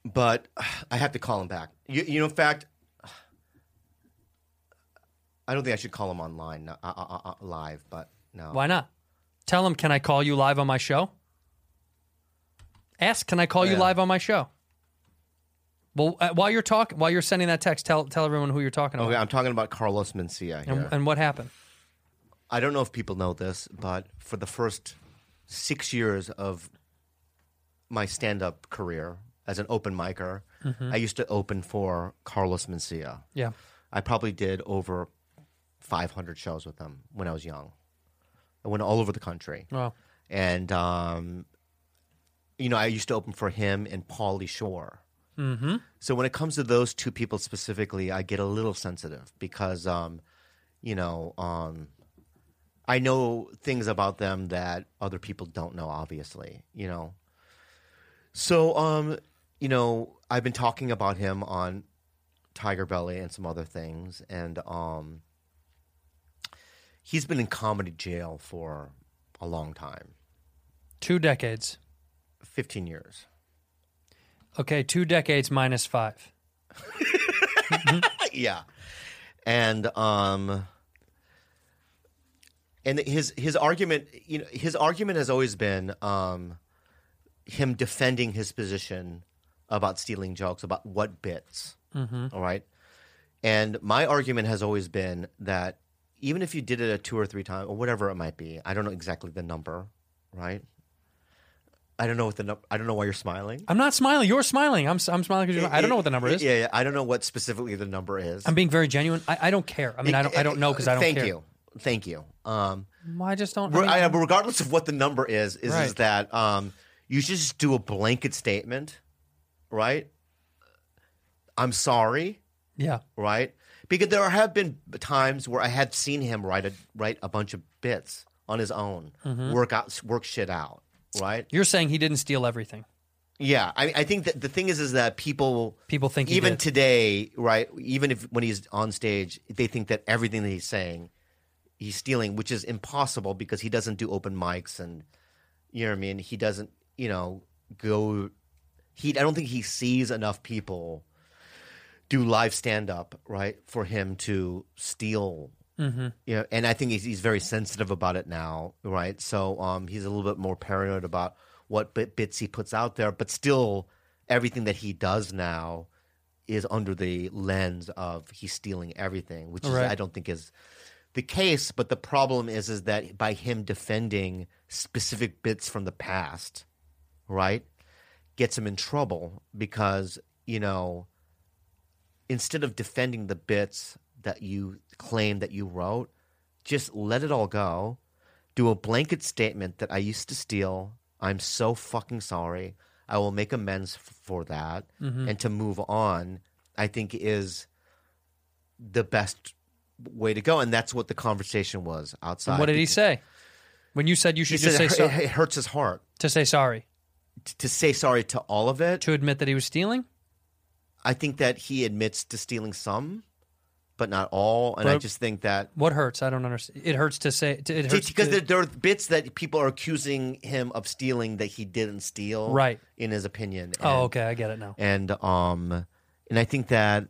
but I have to call him back. You, you know, in fact, I don't think I should call him online uh, uh, uh, uh, live, but no. Why not? Tell him. Can I call you live on my show? Ask. Can I call you Yeah. live on my show? Well, uh, while you're talking, while you're sending that text, tell tell everyone who you're talking about Okay, I'm talking about Carlos Mencia. and, Here. and what happened. I don't know if people know this, but for the first six years of my stand-up career as an open micer, I used to open for Carlos Mencia. Mm-hmm. Yeah. I probably did over 500 shows with him when I was young. I went all over the country. Wow. And, um, you know, I used to open for him and Paulie Shore. Mm-hmm. So when it comes to those two people specifically, I get a little sensitive because, um, you know, um, I know things about them that other people don't know, obviously, you know. So, um, you know, I've been talking about him on Tiger Belly and some other things, and um, he's been in comedy jail for a long time. Two decades. 15 years. Okay, two decades minus five. yeah. And um and his his argument, you know, his argument has always been um him defending his position about stealing jokes, about what bits. Mhm. All right. And my argument has always been that even if you did it a two or three times or whatever it might be, I don't know exactly the number, right? I don't know what the number. I don't know why you're smiling. I'm not smiling. You're smiling. I'm, s- I'm smiling because I don't know what the number is. Yeah, yeah, I don't know what specifically the number is. I'm being very genuine. I, I don't care. I mean, I don't I don't know because I don't Thank care. you, thank you. Um, Well, I just don't. I re- mean, I- regardless of what the number is, is, is Right. that um, you should just do a blanket statement, right? I'm sorry, yeah. right? Because there have been times where I have seen him write a write a bunch of bits on his own, Mhm. work out, work shit out, right? You're saying he didn't steal everything. Yeah, I, I think that the thing is, is that people people think he even did. today, right? Even if when he's on stage, they think that everything that he's saying, he's stealing, which is impossible because he doesn't do open mics and you know what I mean. He doesn't, you know, go. He I don't think he sees enough people do live stand up, right, for him to steal Mhm. you know, and I think he's, he's very sensitive about it now, right? So um, he's a little bit more paranoid about what bit, bits he puts out there, but still, everything that he does now is under the lens of he's stealing everything, which is, Right. I don't think is the case. But the problem is, is that by him defending specific bits from the past, right, gets him in trouble because you know instead of defending the bits that you claim that you wrote, just let it all go. Do a blanket statement that I used to steal. I'm so fucking sorry. I will make amends f- for that. Mm-hmm. Mhm. And to move on, I think is the best way to go. And that's what the conversation was outside. And what did he say? When you said you should just say it, sorry. It hurts his heart. To say sorry. To say sorry to all of it. To admit that he was stealing? I think that he admits to stealing some, but not all. And I But- just think that What hurts? I don't understand. It hurts to say. To, it hurts because to, there, there are bits that people are accusing him of stealing that he didn't steal, Right. In his opinion. Oh, And- okay, I get it now. And um, and I think that,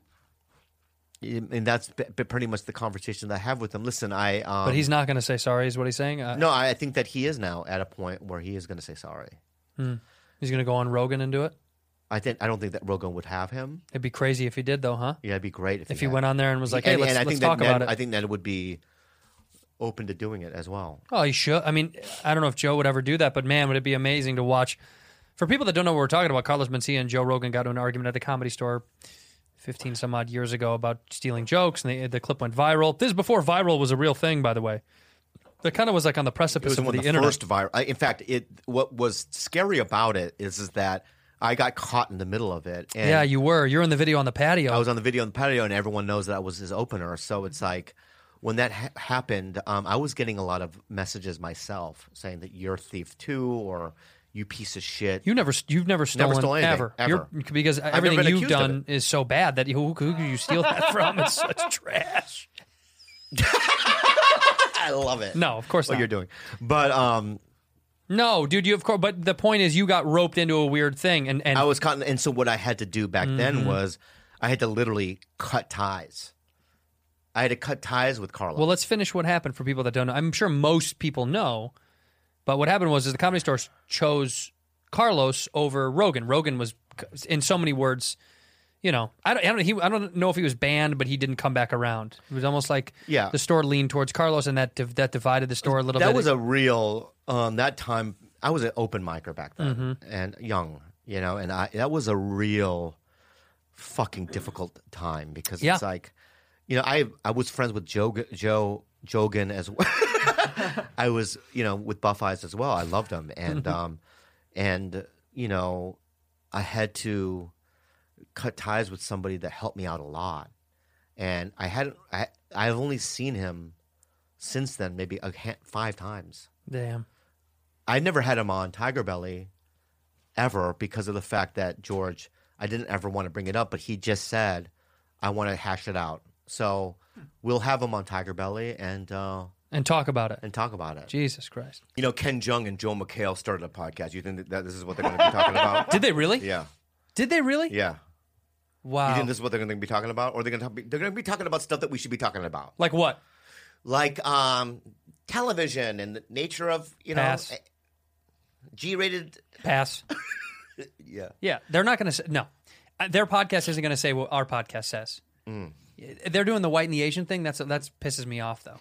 and that's b- b- pretty much the conversation that I have with him. Listen, I. Um, but he's not going to say sorry, is what he's saying. Uh, No, I I think that he is now at a point where he is going to say sorry. hmm. He's going to go on Rogan and do it. I think I don't think that Rogan would have him. It'd be crazy if he did, though, huh? Yeah, it'd be great if, If he had went him. on there and was like, "Hey, let's- I let's think that talk about Ned- it." I think that would be open to doing it as well. Oh, he should. I mean, I don't know if Joe would ever do that, but man, would it be amazing to watch. For people that don't know what we're talking about, Carlos Mencia and Joe Rogan got into an argument at the comedy store 15 some odd years ago about stealing jokes, and they, the clip went viral. This is before viral was a real thing, by the way. That kind of was like on the It precipice was of one of the internet. first viral. I- In fact, it what was scary about it is is that I got caught in the middle of it. And yeah, you were. You're in the video on the patio. I was on the video on the patio, and everyone knows that I was his opener. So it's like when that ha- happened, um, I was getting a lot of messages myself saying that you're a thief too, or you piece of shit. You never, you've never stolen stole anything, ever, ever. You're- because I've never everything been you've accused of done is so bad that you, who, who could you steal that from? It's such trash. I love it. No, of course What not. you're doing, but um, No, dude, you of course. But the point is, you got roped into a weird thing, and and I was caught. in- And so what I had to do back Mhm. then was I had to literally cut ties. I had to cut ties with Carlos. Well, let's finish what happened for people that don't know. I'm sure most people know, but what happened was is the comedy store chose Carlos over Rogan. Rogan was, in so many words, you know, I don't, I don't, he, I don't know if he was banned, but he didn't come back around. It was almost like Yeah. the store leaned towards Carlos, and that div- that divided the store a little that bit. was a real um, that time i was an open micer back then Mhm. and young you know and i that was a real fucking difficult time because Yeah. it's like you know i i was friends with joe joe jogan as well i was you know with buff eyes as well i loved him and um and you know i had to cut ties with somebody that helped me out a lot and i hadn't i i've only seen him since then maybe a, ha- five times Damn. I never had him on Tiger Belly ever because of the fact that George, I didn't ever want to bring it up, but he just said, I want to hash it out. So we'll have him on Tiger Belly and uh, and talk about it. And talk about it. Jesus Christ. You know, Ken Jung and Joe McHale started a podcast. You think that- that this is what they're going to be talking about? Did they really? Yeah. Did they really? Yeah. Wow. You think this is what they're going to be talking about, or they're going to be, they're going to be talking about stuff that we should be talking about, Like what? like um, television and the nature of you know eh, Pass. G-rated. Pass. Yeah. Yeah, they're not going to say no. Uh, Their podcast isn't going to say what our podcast says. Mm. They're doing the white and the Asian thing. That's that's pisses me off though.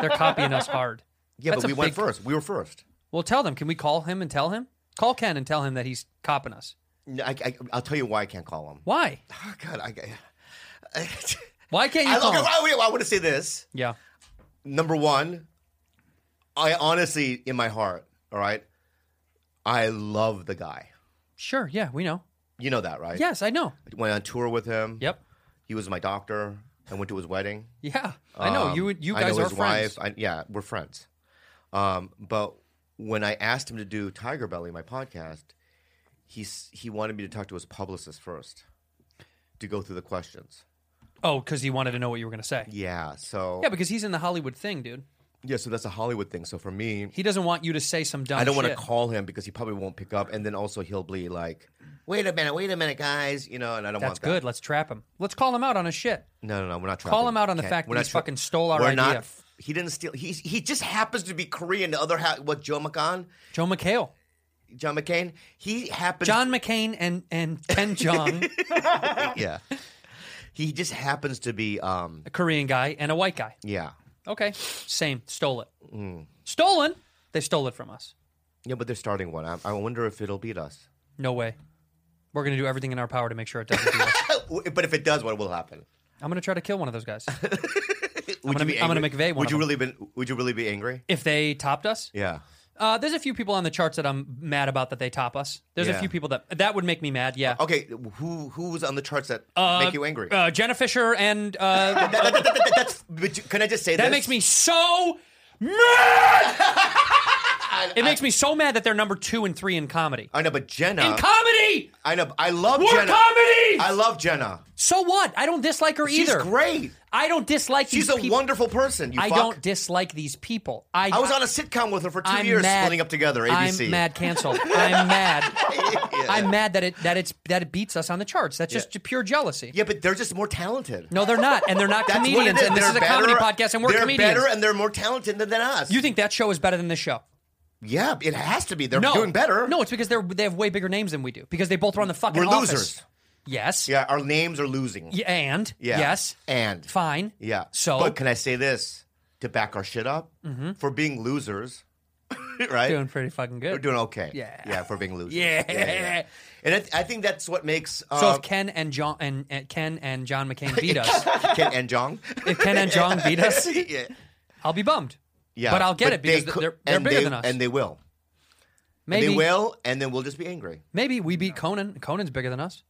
They're copying us hard. Yeah, That's but a we went big- first. We were first. Well, tell them. Can we call him and tell him? Call Ken and tell him that he's copping us. No, I, I, I'll tell you why I can't call him. Why? Oh, God, I, I, why can't you I, call okay, him? why- wait, I want to say this. Yeah. Number one, I honestly, in my heart, all right, I love the guy. Sure. Yeah, we know. You know that, right? Yes, I know. Went on tour with him. Yep. He was my doctor. I went to his wedding. Um, Yeah, I know. You- you I know guys are his wife. friends. I, yeah, we're friends. Um, but when I asked him to do Tiger Belly, my podcast, he's he wanted me to talk to his publicist first to go through the questions. Oh, because he wanted to know what you were going to say. Yeah. So Yeah, because he's in the Hollywood thing, dude. yeah, so that's a Hollywood thing. So for me, He doesn't want you to say some dumb. I don't want to call him because he probably won't pick up, and then also he'll be like, "Wait a minute, wait a minute, guys," you know, and I don't That's want that. good. Let's trap him. Let's call him out on his shit. No, no, no. We're not trying. Call him out on the fact that he's fucking stole our we're idea. Not, he didn't steal. He he just happens to be Korean. The other ha- what Joe McCann, Joe McHale, John McCain. He happens. John McCain and and Ken Jong, yeah. He just happens to be. um a Korean guy and a white guy. Yeah. Okay, same. Stole it. Mm. Stolen. They stole it from us. Yeah, but they're starting one. I, I wonder if it'll beat us. No way. We're gonna do everything in our power to make sure it doesn't. Do us. But if it does, what will happen? I'm gonna try to kill one of those guys. Would gonna you be be- I'm gonna angry? McVeigh one Would of you them. really been? Would you really be angry? If they topped us, Yeah. uh, there's a few people on the charts that I'm mad about that they top us. There's a Yeah. Oh, few people that that would make me mad. Yeah. Okay. Who who was on the charts that Uh, make you angry? Uh, Jenna Fisher and uh, that's. But you- can I just say that this? makes me so mad. it makes me so mad that they're number two and three in comedy. I know, but Jenna in comedy. I know. I love We're Jenna. comedy! I love Jenna. So what? I don't dislike her She's either. great. I don't dislike. She's these a people. wonderful person. You I fuck. don't dislike these people. I, I was on a sitcom with her for 2 I'm years, mad. splitting up together. ABC. I'm mad. Canceled. I'm mad. I'm mad that it that it's that it beats us on the charts. That's just pure jealousy. Yeah, but they're just more talented. No, they're not, and they're not That's what it comedians. is. And this They're is a comedy better- podcast, and we're they're comedians. better and they're more talented than, than us. You think that show is better than this show? Yeah, it has to be. They're no. doing better. No, it's because they're they have way bigger names than we do because they both run the fucking We're office. losers. Yes. Yeah, our names are losing. Yeah, and Yeah. yes, And fine. yeah. So- but can I say this to back our shit up Mhm. for being losers? right. Doing pretty fucking good. We're doing okay. Yeah. Yeah, for being losers. Yeah. And I, th- I think that's what makes. Uh, So if Ken and John and, and Ken and John McCain beat us, Ken and Jong. if Ken and John beat us, Yeah. I'll be bummed. Yeah, but I'll get it they because cou- they're, they're and bigger they- than us. and they will. And maybe they will, and then we'll just be angry. Maybe we beat Conan. Conan's bigger than us.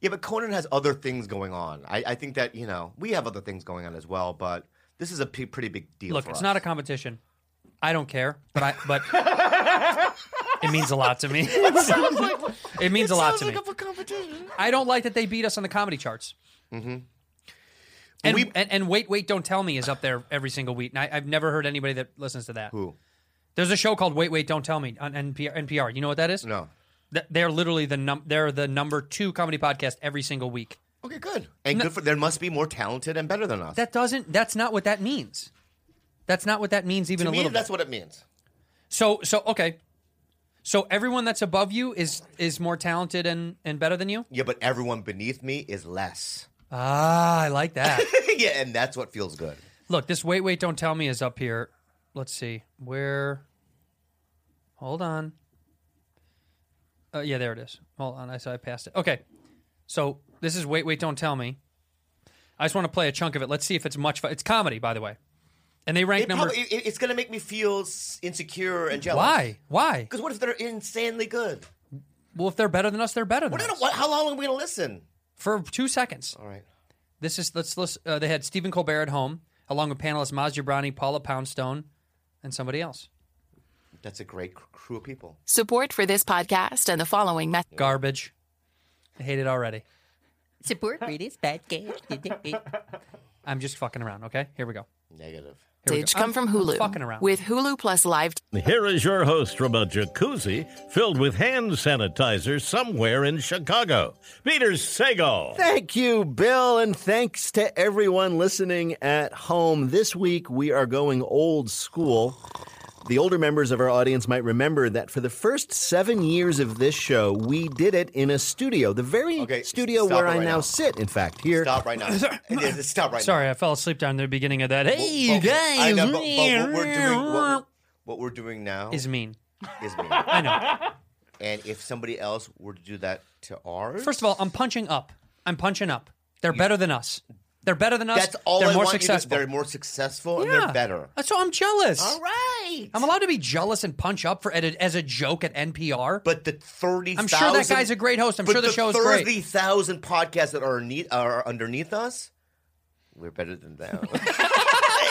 Yeah, but Conan has other things going on. I, I think that you know we have other things going on as well, but this is a p- pretty big deal. Look, for it's us. not a competition. I don't care, but I but it means a lot to me. it means a lot to me. a competition. I don't like that they beat us on the comedy charts. Mm-hmm. And, and and wait, wait, don't tell me is up there every single week. And I, I've never heard anybody that listens to that. Who? There's a show called Wait, Wait, Don't Tell Me on NPR. NPR. You know what that is? No. Th- They're literally the num- they're the number two comedy podcast every single week. Okay, good. And good for there must be more talented and better than us. That doesn't. That's not what that means. That's not what that means. Even to a me, little. that's bit. what it means. So so okay. So everyone that's above you is is more talented and and better than you. Yeah, but everyone beneath me is less. Ah, I like that. yeah, and that's what feels good. Look, this wait, wait, don't tell me is up here. Let's see where. Hold on. Uh, yeah, there it is. Hold on, I saw I passed it. Okay, so this is wait, wait, don't tell me. I just want to play a chunk of it. Let's see if it's much. Fun. It's comedy, by the way, and they rank It number. probably- it- it's gonna make me feel s- insecure and jealous. Why? Why? Because what if they're insanely good? Well, if they're better than us, they're better than I us. don't- what- how long are we gonna listen? for two seconds. All right. This is let's listen. Uh, they had Stephen Colbert at home, along with panelists Maz Jobrani, Paula Poundstone, and somebody else. That's a great cr- crew of people. Support for this podcast and the following method. Garbage. I hate it already. Support for this podcast. I'm just fucking around. Okay, here we go. Negative. footage come from Hulu fucking around. with Hulu Plus Live Here is your host from a jacuzzi filled with hand sanitizer somewhere in Oh. Chicago, Peter Sagal. Thank you, Bill, and thanks to everyone listening at home. This week, we are going old school. The older members of our audience might remember that for the first seven years of this show, we did it in a studio, the very studio stop where it I right now, now. sit, in fact, here. Stop right now. It is- Stop right Sorry, I fell asleep down the beginning of that. now. Hey, you Okay, guys. I know, but, but what we're doing, what, what we're doing now Is mean. Is mean. I know. And if somebody else were to do that to ours, First of all, I'm punching up. I'm punching up. They're better than us. They're better than us. that's all they're I more want you to- successful. Uh, they're more successful and they're better. So I'm jealous. All right. I'm allowed to be jealous and punch up for edit as a joke at NPR. But the 30 I'm sure that guy's a great host. I'm but sure the, show is great. Thirty thousand podcasts that are, need, are underneath us, we're better than them,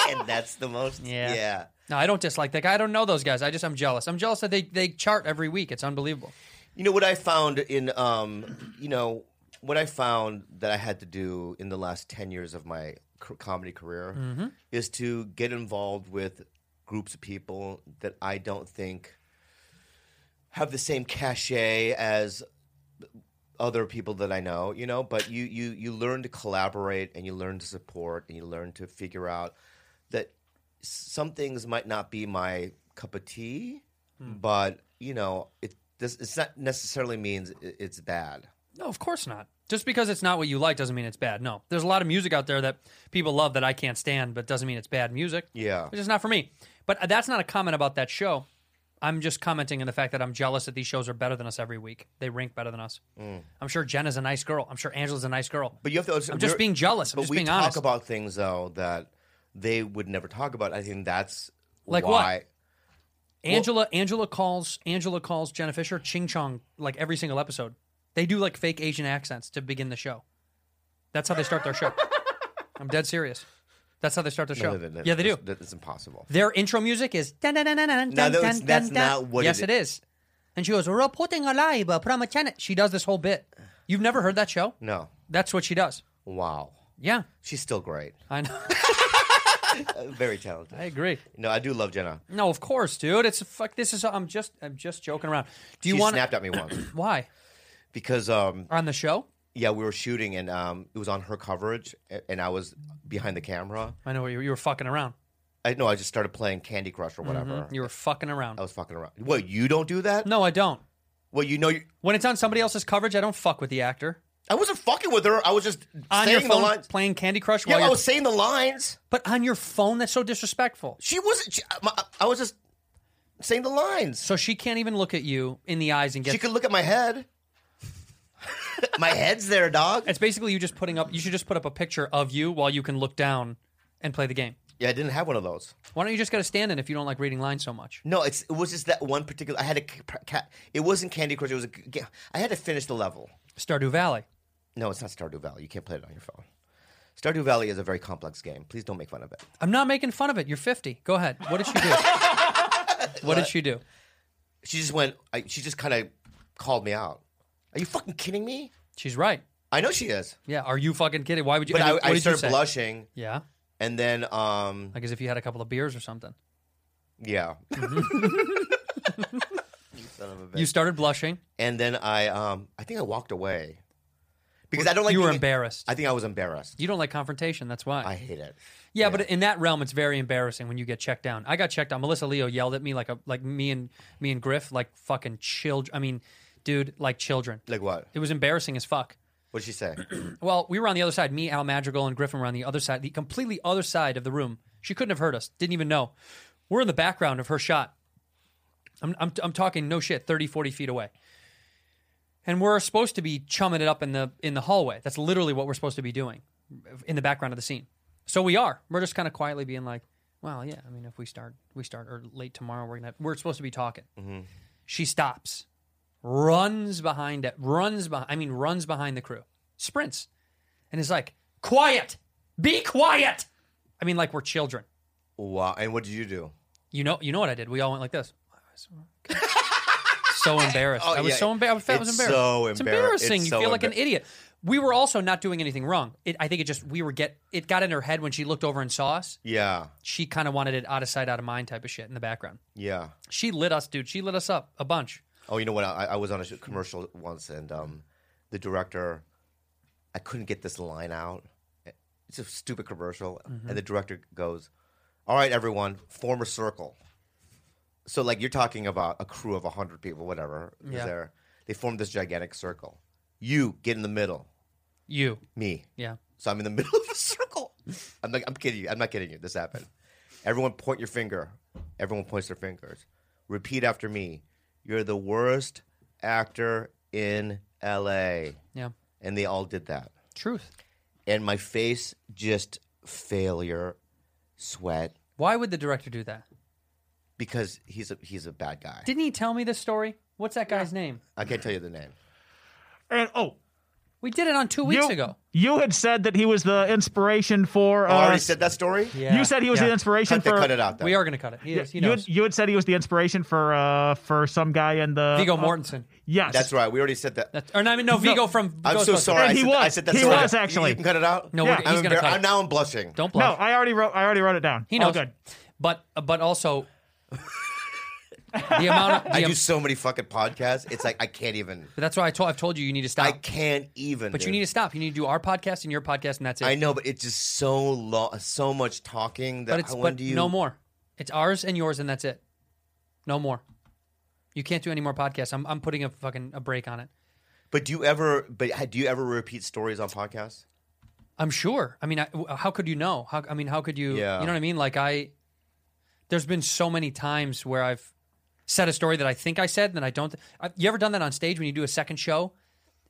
and that's the most. Yeah. No, I don't dislike that guy. I don't know those guys. I just I'm jealous. I'm jealous that they they chart every week. It's unbelievable. You know what I found in um, you know what I found that I had to do in the last ten years of my c- comedy career Mhm. is to get involved with groups of people that I don't think have the same cachet as other people that I know, you know, but you you you learn to collaborate and you learn to support and you learn to figure out that some things might not be my cup of tea, Hmm. but you know, it this it's not necessarily means i- it's bad. No, of course not. Just because it's not what you like doesn't mean it's bad. No, there's a lot of music out there that people love that I can't stand, but doesn't mean it's bad music. Yeah. It's just not for me. But uh, that's not a comment about that show. I'm just commenting on the fact that I'm jealous that these shows are better than us every week. They rank better than us. Mm. I'm sure Jenna's a nice girl. I'm sure Angela's a nice girl. But you have to. I'm just we're- being jealous. I'm but just we being talk honest. about things though that they would never talk about. I think that's Like what? why. Angela Angela calls Angela calls Jenna Fisher Ching Chong like every single episode. They do like fake Asian accents to begin the show. That's how they start their show. I'm dead serious. That's how they start their No, show. no, no, no, yeah, they do. that's- That's impossible. Their intro music is dun dun dun dun dun No, dun that was- dun that's dun dun. not what it Yes, is. it is. And she goes reporting alive from a tenant. She does this whole bit. You've never heard that show? No. That's what she does. Wow. Yeah. She's still great. Uh, I know. Very talented. I agree. No, I do love Jenna. No, of course, dude. It's fuck. This is. I'm just. I'm just joking around. Do you she want? snapped at me once Why? because um on the show. Yeah, we were shooting and um it was on her coverage a- and I was behind the camera. I know you, you were fucking around. I know I just started playing Candy Crush or whatever. Mhm. You were fucking around. I was fucking around. What you don't do that? No, I don't. Well, you know, you when it's on somebody else's coverage, I don't fuck with the actor. I wasn't fucking with her. I was just on saying your the phone lines. playing Candy Crush. Yeah, while I you're- was saying the lines. But on your phone, that's so disrespectful. She wasn't. She, I, I was just saying the lines. So she can't even look at you in the eyes and get. She could look at my head. my head's there, dog. It's basically you just putting up. You should just put up a picture of you while you can look down and play the game. Yeah, I didn't have one of those. Why don't you just get a stand in if you don't like reading lines so much? No, it's it was just that one particular. I had a cat. It wasn't Candy Crush. It was a. g- I had to finish the level. Stardew Valley. No, it's not Stardew Valley. You can't play it on your phone. Stardew Valley is a very complex game. Please don't make fun of it. I'm not making fun of it. You're 50. Go ahead. What did she do? what did she do? She just went. I, she just kind of called me out. Are you fucking kidding me? She's right. I know she is. Yeah. Are you fucking kidding? Why would you? But and I, what I did you started say? blushing. Yeah. And then, um, Like as if you had a couple of beers or something. yeah. You son of a bitch. You started blushing. And then I, um, I think I walked away because I don't like. You were being- embarrassed. I think I was embarrassed. You don't like confrontation. That's why. I hate it. Yeah, but in that realm, it's very embarrassing when you get checked down. I got checked down. Melissa Leo yelled at me like a like me and me and Griff like fucking children. I mean, dude, like children. Like what? It was embarrassing as fuck. What did she say? Well, we were on the other side. Me, Al Madrigal, and Griffin were on the other side, the completely other side of the room. She couldn't have heard us. Didn't even know. We're in the background of her shot. I'm, I'm, I'm talking no shit, 30, 40 feet away. And we're supposed to be chumming it up in the in the hallway. That's literally what we're supposed to be doing in the background of the scene. So we are. We're just kind of quietly being like, "Well, yeah. I mean, if we start, we start or late tomorrow, we're gonna have, we're supposed to be talking." She stops, runs behind it, runs behind. I mean, runs behind the crew, sprints, and is like, "Quiet, be quiet." I mean, like we're children. Wow. And what did you do? You know, you know what I did? We all went like this. So embarrassed. Oh, I was yeah. so embarrassed. I felt- I was Oh, embarrassed. It's It's so embar- embarrassing. it's you so feel like an embar- idiot. we were also not doing anything wrong. It, I think it just we were get it got in her head when she looked over and saw us. Yeah. She kind of wanted it out of sight, out of mind type of shit in the background. Yeah. She lit us, dude. She lit us up a bunch. Oh, you know what? I, I was on a sh- commercial once, and um, the director, I couldn't get this line out. It's a stupid commercial, Mhm. and the director goes, "All right, everyone, form a circle." So, like, you're talking about a crew of hundred people, whatever. is Yeah. There, they formed this gigantic circle. You get in the middle. You. Me. Yeah. So I'm in the middle of a circle. I'm like, I'm kidding you. I'm not kidding you. This happened. Everyone point your finger. Everyone points their fingers. Repeat after me. You're the worst actor in LA. Yeah. And they all did that. Truth. And my face just failure, sweat. Why would the director do that? Because he's a he's a bad guy. Didn't he tell me this story? What's that guy's name? I can't tell you the name. And oh, we did it on two weeks ago. You had said that he was the inspiration for. Oh, I uh, already said that story. You said he was the inspiration Cut that- for. cut it out. Then. We are going to cut it. He Yeah, is, he you, knows. had, you had said he was the inspiration for uh for some guy in the Viggo uh, Mortensen. Yes, That's right. We already said that. or no, I mean, no, Vigo from. I'm so Ghostbusters. sorry. I said, I said that He story. was, You- actually. You can cut it out. No, we're- he's I'm, gonna embar- cut it. I'm now. I'm blushing. Don't No, bluff. I already wrote. I already wrote it down. He knows. All good. But uh, but also, the amount of the I am- do so many fucking podcasts. It's like I can't even. But that's why I told I've told you you need to stop. I can't even. But you dude. need to stop. You need to do our podcast and your podcast, and that's it. I know, but it's just so long, so much talking that but it's I but want you. no more. It's ours and yours, and that's it. No more. You can't do any more podcasts. I'm I'm putting a fucking a break on it. But do you ever? But ha- do you ever repeat stories on podcasts? I'm sure. I mean, I, w- how could you know? How I mean, how could you? Yeah. You know what I mean? Like I, there's been so many times where I've said a story that I think I said, and then I don't. I, you ever done that on stage when you do a second show,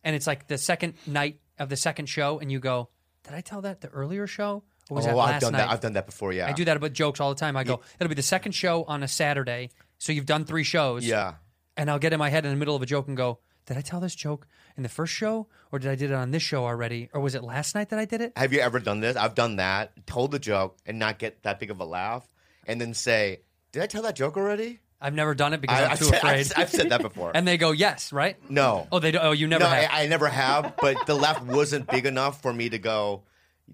and it's like the second night of the second show, and you go, "Did I tell that the earlier show?" Or was oh, that last I've done night? that. I've done that before. Yeah, I do that about jokes all the time. I go, it'll be the second show on a Saturday. So you've done three shows. Yeah. And I'll get in my head in the middle of a joke and go, did I tell this joke in the first show or did I did it on this show already? Or was it last night that I did it? Have you ever done this? I've done that. Told the joke and not get that big of a laugh, and then say, "Did I tell that joke already?" I've never done it because I- I, am I've too said- afraid. I've- I've said that before. and they go, yes, right? No. Oh, they do, oh, you never no, have. I, I never have, but the laugh wasn't big enough for me to go.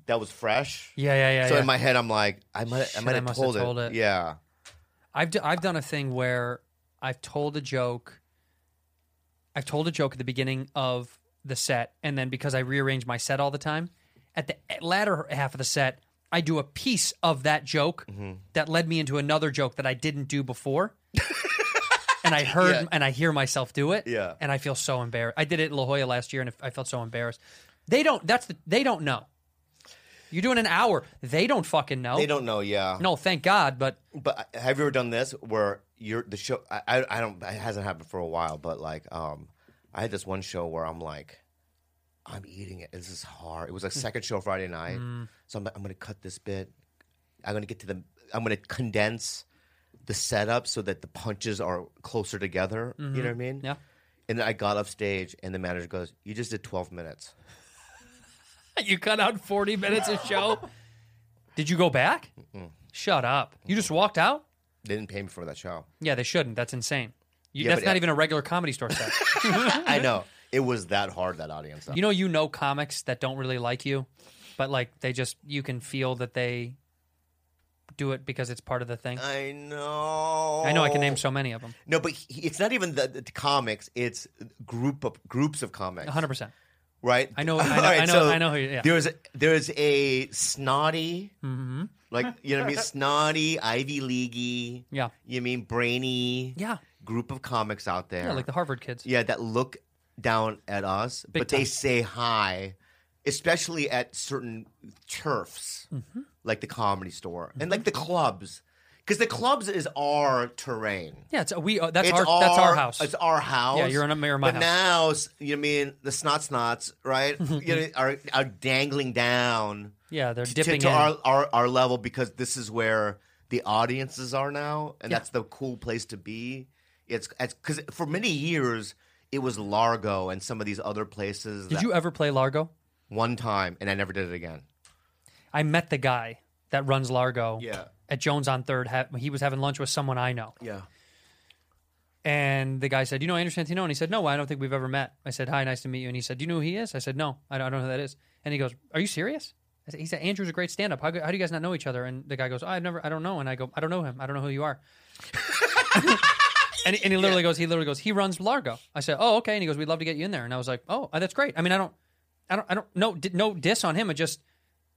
That was fresh. Yeah, yeah, yeah, So yeah. in my head, I'm like, I might, I Shit, might I have must have told, told it. it. Yeah. I've d- I've done a thing where I've told a joke. I've told a joke at the beginning of the set, and then because I rearrange my set all the time, at the e- latter half of the set, I do a piece of that joke Mm-hmm. that led me into another joke that I didn't do before. and I heard Yeah. and I hear myself do it. Yeah. and I feel so embarrassed. I did it in La Jolla last year, and I felt so embarrassed. They don't. That's the, they don't know. You're doing an hour. They don't fucking know. They don't know. Yeah. Oh. No, thank God. But But have you ever done this where you're the show? I, I, I don't. It hasn't happened for a while, but like, um, I had this one show where I'm like, I'm eating it. This is hard. It was Hmm. like second show Friday night, Mm. so I'm like, I'm gonna cut this bit. I'm gonna get to the. I'm gonna condense the setup so that the punches are closer together. You know what I Mhm. mean? Yeah. And then I got off stage, and the manager goes, "You just did 12 minutes." you cut out 40 minutes of show. Did you go back? Mm-mm. Shut up. You just walked out? They didn't pay me for that show. Yeah, they shouldn't. That's insane. You, Yeah, that's but- not even a regular comedy store set. I know it was that hard. That audience. You know, you know comics that don't really like you, but like they just, you can feel that they do it because it's part of the thing. I know. I know I can name so many of them. No, but he, it's not even the, the comics. It's group of groups of comics. 100%. Right. I know- I know- All I know- I know who you- yeah. There's there's a snotty, Mm-hmm. like you know what I mean, snotty, Ivy Leaguey. Yeah. You mean brainy? Yeah. Group of comics out there. Yeah, like the Harvard kids. Yeah, that look down at us, Big but time. they say hi, especially at certain turfs, Mhm. like the comedy store and Mm-hmm. like the clubs, because the clubs is our terrain. Yeah, it's we. Uh, that's It's our, That's our house. It's our house. Yeah, you're in a mirror. My house. but now, s- you know what I mean the snot snots, right? you know, are are dangling down. Yeah, they're to- dipping to, in. our, our our level because this is where the audiences are now, and Yeah. that's the cool place to be. It's because for many years it was Largo and some of these other places. Did you ever play Largo? One time, and I never did it again. I met the guy that runs Largo Yeah. at Jones on Third. Ha- he was having lunch with someone I know. Yeah. And the guy said, "You know Andrew Santino?" And he said, "No, I don't think we've ever met." I said, "Hi, nice to meet you." And he said, "Do you know who he is?" I said, "No, I don't, I don't know who that is." And he goes, "Are you serious?" I said, he said, "Andrew's a great stand-up. How, go- how do you guys not know each other?" And the guy goes, "Oh, "I've never, I don't know." And I go, "I don't know him. I don't know who you are." and, he- and he literally goes, he literally goes, he runs Largo. I said, "Oh, okay." And he goes, "We'd love to get you in there." And I was like, "Oh, that's great." I mean, I don't, I don't, I don't. No, di- no diss on him. It just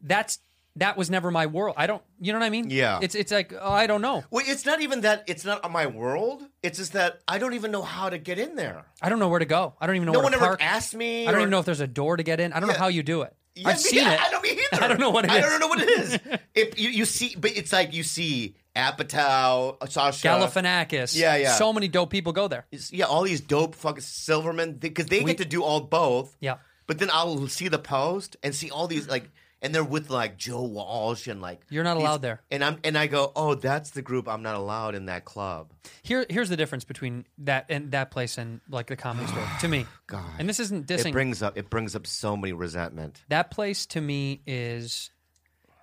that's that was never my world. I don't, you know what I mean? Yeah. It's it's like oh, I don't know. Well, it's not even that. It's not my world. It's just that I don't even know how to get in there. I don't know where to go. I don't even know. No where one to ever park. asked me I don't or- even know if there's a door to get in. I don't know how you do it. Yeah, I've seen yeah, it. I don't either. I don't know what it I is. don't know what it is. if you, you see, but it's like you see Apatow, Sasha, Galifianakis. Yeah, yeah. So many dope people go there. It's- yeah, all these dope fucking Silverman because they get to do all both. Yeah. But then I'll see the post and see all these like, and they're with like Joe Walsh and like You're not these- allowed there. And I'm and I go, oh, that's the group I'm not allowed in that club. Here, here's the difference between that and that place and like the comedy store to me. God. and this isn't It dissing. brings up it brings up so many resentment. that place to me is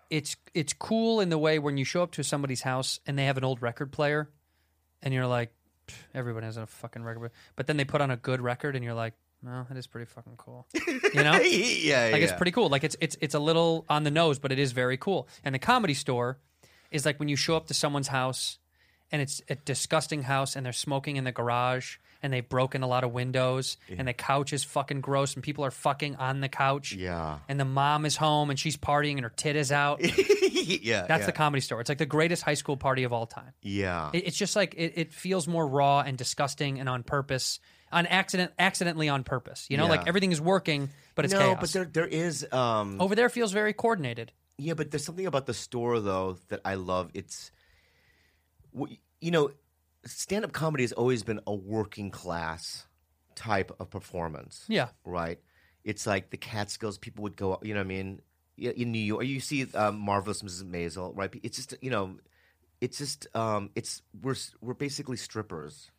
it's it's cool in the way when you show up to somebody's house and they have an old record player and you're like "Pff, everyone has a fucking record player. but then they put on a good record and you're like no that is pretty fucking cool you know Yeah, like it's yeah. pretty cool like it's it's it's a little on the nose but it is very cool and the comedy store is like when you show up to someone's house and it's a disgusting house and they're smoking in the garage and they've broken a lot of windows and the couch is fucking gross and people are fucking on the couch Yeah, and the mom is home and she's partying and her tit is out. yeah. That's yeah. the comedy store. It's like the greatest high school party of all time. Yeah. It- It's just like it, it feels more raw and disgusting and on purpose, on accident, accidentally on purpose. You know, like Yeah. everything is working, but it's no, chaos. Oh, but there there is um Over there feels very coordinated. Yeah, but there's something about the store though that I love. It's w- you know, stand up comedy has always been a working class type of performance. Yeah. Right? It's like the Catskills, people would go, you know what I mean? Yeah, In New York, you see um, Marvelous Mrs. Maisel, right? It's just, you know, it's just, um, it's, we're, s- we're basically strippers.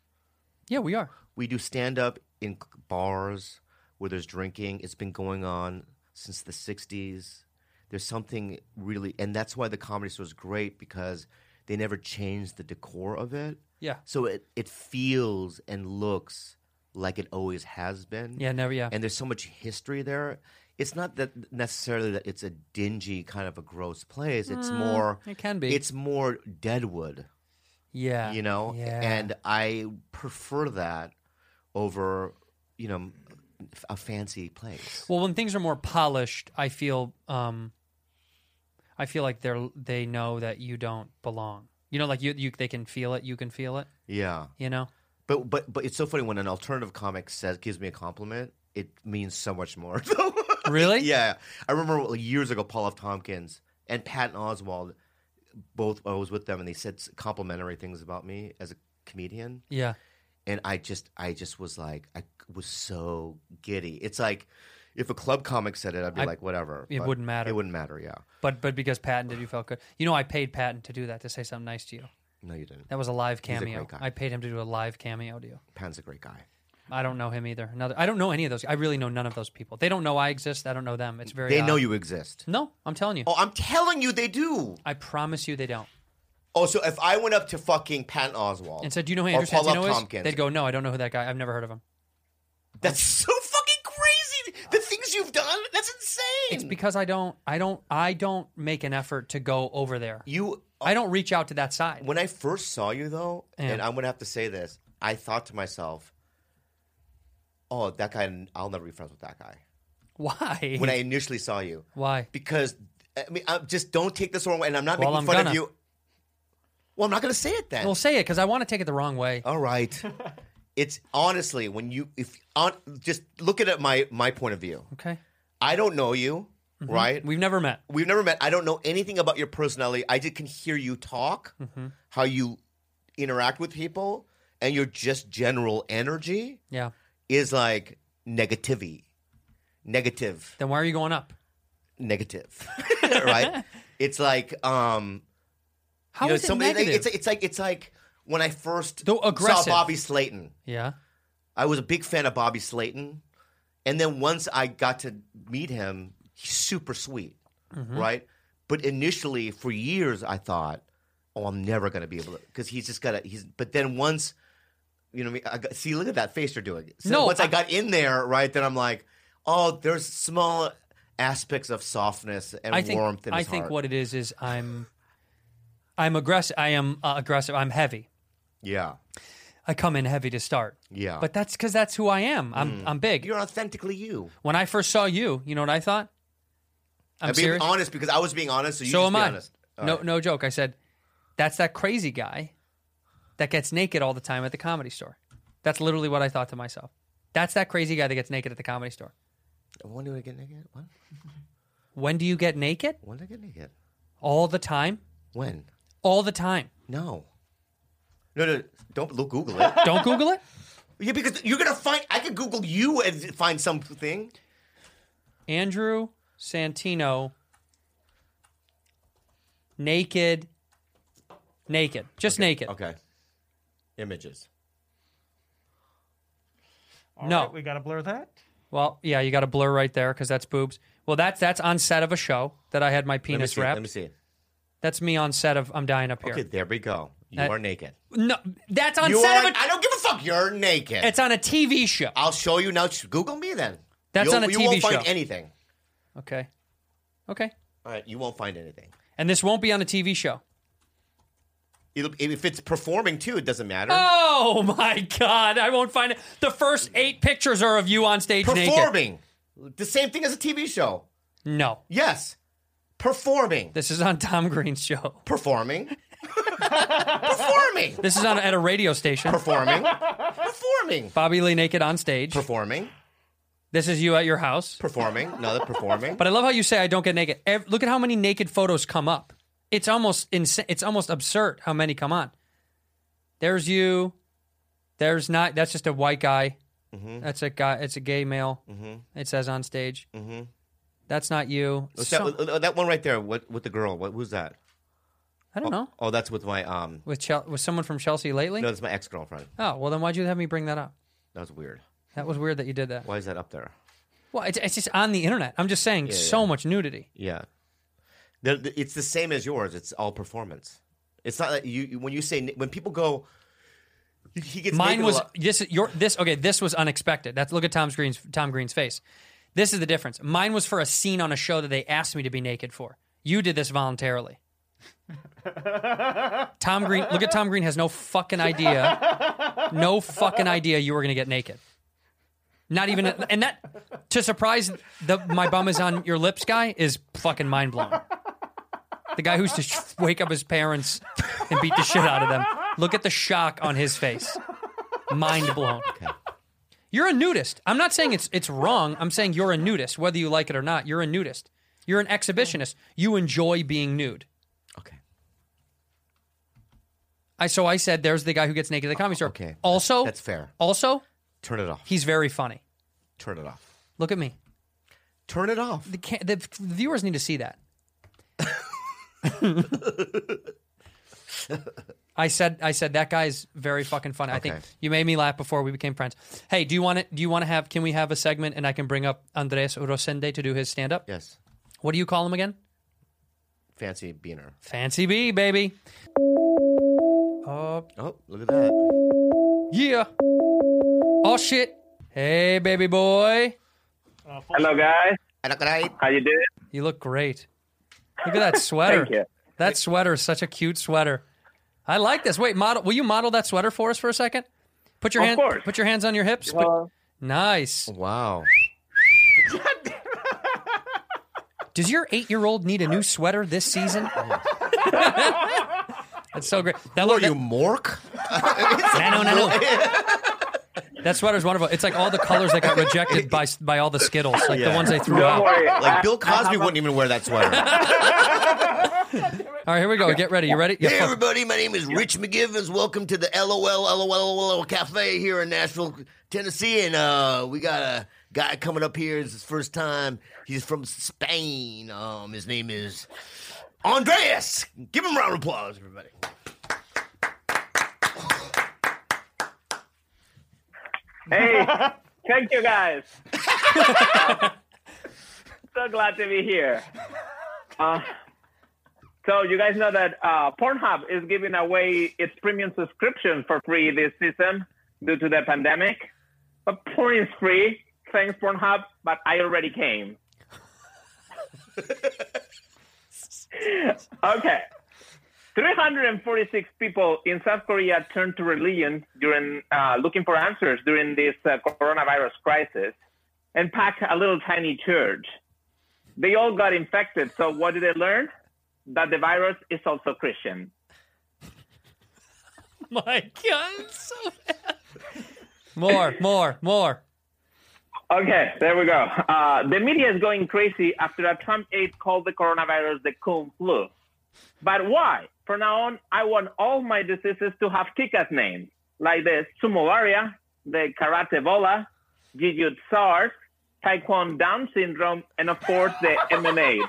Yeah, we are. We do stand up in c- bars where there's drinking. It's been going on since the 60s. There's something really, and that's why the comedy store is great because they never changed the decor of it. Yeah. So it, it feels and looks like it always has been. Yeah, never- yeah. And there's so much history there. It's not that necessarily that it's a dingy kind of a gross place. It's Mm, more it can be. It's more Deadwood. Yeah. You know? Yeah. And I prefer that over, you know, a fancy place. Well, when things are more polished, I feel um, I feel like they're they know that you don't belong. You know, like you, you they can feel it. You can feel it. Yeah. You know. But but but it's so funny when an alternative comic says gives me a compliment, it means so much more. really? Yeah. I remember years ago Paul F. Tompkins and Patton Oswald both I was with them and they said complimentary things about me as a comedian. Yeah. and I just I just was like I was so giddy. It's like if a club comic said it, I'd be I- like whatever. it but wouldn't matter. It wouldn't matter. Yeah. But but because Patton did, you felt good. You know, I paid Patton to do that to say something nice to you. No, you didn't. That was a live He's a cameo. great guy. I paid him to do a live cameo to you. Patton's a great guy. I don't know him either. Another, I don't know any of those. I really know none of those people. They don't know I exist. I don't know them. It's very. uh, They odd. know you exist. No, I'm telling you. Oh, I'm telling you, they do. I promise you, they don't. Oh, so if I went up to fucking Patton Oswald And said, "Do you know who or Andrew Paul F. Santino is?" Tompkins, They'd go, "No, I don't know who that guy. I've never heard of him." That's so fucking crazy. The things you've done. That's insane. It's because I don't. I don't. I don't make an effort to go over there. You. uh, I don't reach out to that side. When I first saw you though, Yeah. and I'm gonna have to say this, I thought to myself, "Oh, that guy. I'll never be friends with that guy." Why? When I initially saw you, Why? because I mean, I just don't take this the wrong way, and I'm not Well, making I'm fun gonna. of you. Well, I'm not going to say it then. Well, say it because I want to take it the wrong way. All right. it's honestly when you if on just look at it my my point of view. Okay. I don't know you, Mhm. right? We've never met. We've never met. I don't know anything about your personality. I just can hear you talk, Mhm. how you interact with people, and your just general energy Yeah. is like negativity. Negative. Then why are you going up? Negative. right? It's like um How you know, is it somebody- like, negative? it's, it's like it's like when I first aggressive. saw Bobby Slayton. Yeah. I was a big fan of Bobby Slayton, and then once I got to meet him, he's super sweet, Mhm. right? But initially, for years, I thought, "Oh, I'm never going to be able to," because he's just got to. He's but then once you know, what I mean? I got, see, look at that face you're doing. So No, once I, I- got in there, right, then I'm like, oh, there's small aspects of softness and I think, warmth in I his think heart. what it is is I'm, I'm aggressive. I am uh, aggressive. I'm heavy. yeah, I come in heavy to start. yeah. Mm. But that's because that's who I am. I'm I'm big. You're authentically you. When I first saw you, you know what I thought? I'm being serious. honest because I was being honest. So you so just am be I. honest. All No right. no joke. I said, that's that crazy guy that gets naked all the time at the comedy store. That's literally what I thought to myself. That's that crazy guy that gets naked at the comedy store. When do I get naked? What? When do you get naked? When do I get naked? All the time. When? All the time. No. No, no. Don't look. Google it. Don't Google it. Yeah, because you're gonna find. I could Google you and find something. Andrew Santino naked naked. Just naked. Okay. Images. All no. right, we gotta blur that. Well, yeah, you got a blur right there because that's boobs. Well, that's that's on set of a show that I had my Let me penis see. wrapped. Let me see. That's me on set of I'm dying up here. Okay, there we go. You That- are naked. No, that's on you set are, of a. I don't give a fuck. You're naked. It's on a TV show. I'll show you now. Just Google me then. That's You'll- on a you TV won't find show. anything. Okay, okay. All right, you won't find anything. And this won't be on a TV show. It'll, if it's performing too, it doesn't matter. Oh my god, I won't find it. The first eight pictures are of you on stage naked. performing. The same thing as a TV show. No. Yes. Performing. This is on Tom Green's show. Performing. performing. This is on at a radio station. Performing. performing. Bobby Lee naked on stage. Performing. This is you at your house. Performing. No, they're performing. But I love how you say I don't get naked. Ev- look at how many naked photos come up. It's almost insane. It's almost absurd how many come on. There's you. There's not. That's just a white guy. Mhm. That's a guy. It's a gay male. Mhm. It says on stage. Mm-hmm. That's not you. So- that, uh, that one right there. What with the girl? What was that? I don't Oh, know. Oh, that's with my um. With Chel- with someone from Chelsea lately. No, that's my ex girlfriend. Oh well, then why'd you have me bring that up? That was weird. That was weird that you did that. Why is that up there? Well, it's, it's just on the internet. I'm just saying, Yeah, so yeah. much nudity. Yeah, They're- th- it's the same as yours. It's all performance. It's not that you you- when you say na- when people go. He he gets Mine naked a was lot. this. is Your this. Okay, this was unexpected. That's look at Tom Green's Tom Green's face. This is the difference. Mine was for a scene on a show that they asked me to be naked for. You did this voluntarily. Tom Green, look at Tom Green has no fucking idea, no fucking idea you were gonna get naked. Not even, and that to surprise the my bum is on your lips guy is fucking mind blowing. The guy who's to sh- wake up his parents and beat the shit out of them. Look at the shock on his face. Mind blown. You're a nudist. I'm not saying it's it's wrong. I'm saying you're a nudist, whether you like it or not. You're a nudist. You're an exhibitionist. You enjoy being nude. Okay. I so I said there's the guy who gets naked at the comedy store. Okay. Also, That's fair. Also, Turn it off. he's very funny. Turn it off. Look at me. Turn it off. The, ca- the viewers need to see that. I said, I said that guy's very fucking funny. I think Okay. you made me laugh before we became friends. Hey, do you want to? Do you want to have? Can we have a segment and I can bring up Andres Urosende to do his stand up? Yes. What do you call him again? Fancy beaner. Fancy B, baby. Oh, oh, look at that. Yeah. Oh shit. Hey, baby boy. Hello, guys. How you doing? You look great. Look at that sweater. Thank you. That sweater is such a cute sweater. I like this. Wait, model. Will you model that sweater for us for a second? Put your Of hand. course. Put your hands on your hips. Put- nice. Wow. Does your eight-year-old need a new sweater this season? That's so great. That look, Oh. are you Mork? no, no, no. That sweater is wonderful. It's like all the colors that got rejected by by all the Skittles, like the Yeah. ones they threw Don't out. worry. Like, I- Bill I have Cosby a- wouldn't even wear that sweater. all right, here we go. Get ready. You ready? Yeah, hey, fuck. everybody. My name is Rich McGivens. Welcome to the LOL, LOL, LOL Cafe here in Nashville, Tennessee. And uh, we got a guy coming up here. It's his first time. He's from Spain. Um, His name is Andreas. Give him a round of applause, everybody. Hey, thank you, guys. so glad to be here. Uh, so you guys know that uh, Pornhub is giving away its premium subscription for free this season. due to the pandemic. But porn is free. Thanks, Pornhub. But I already came. okay. 346 people in South Korea turned to religion during uh, looking for answers during this uh, coronavirus crisis and packed a little tiny church. They all got infected. So, what did they learn? That the virus is also Christian. My God, it's so bad. More, more, more. Okay, there we go. Uh, the media is going crazy after a Trump aide called the coronavirus the cool flu. But why? From now on, I want all my diseases to have kick-ass names, like the sumo warrior, the karate bola, jiu-jitsu SARS, taekwondo Down syndrome, and of course the MMA.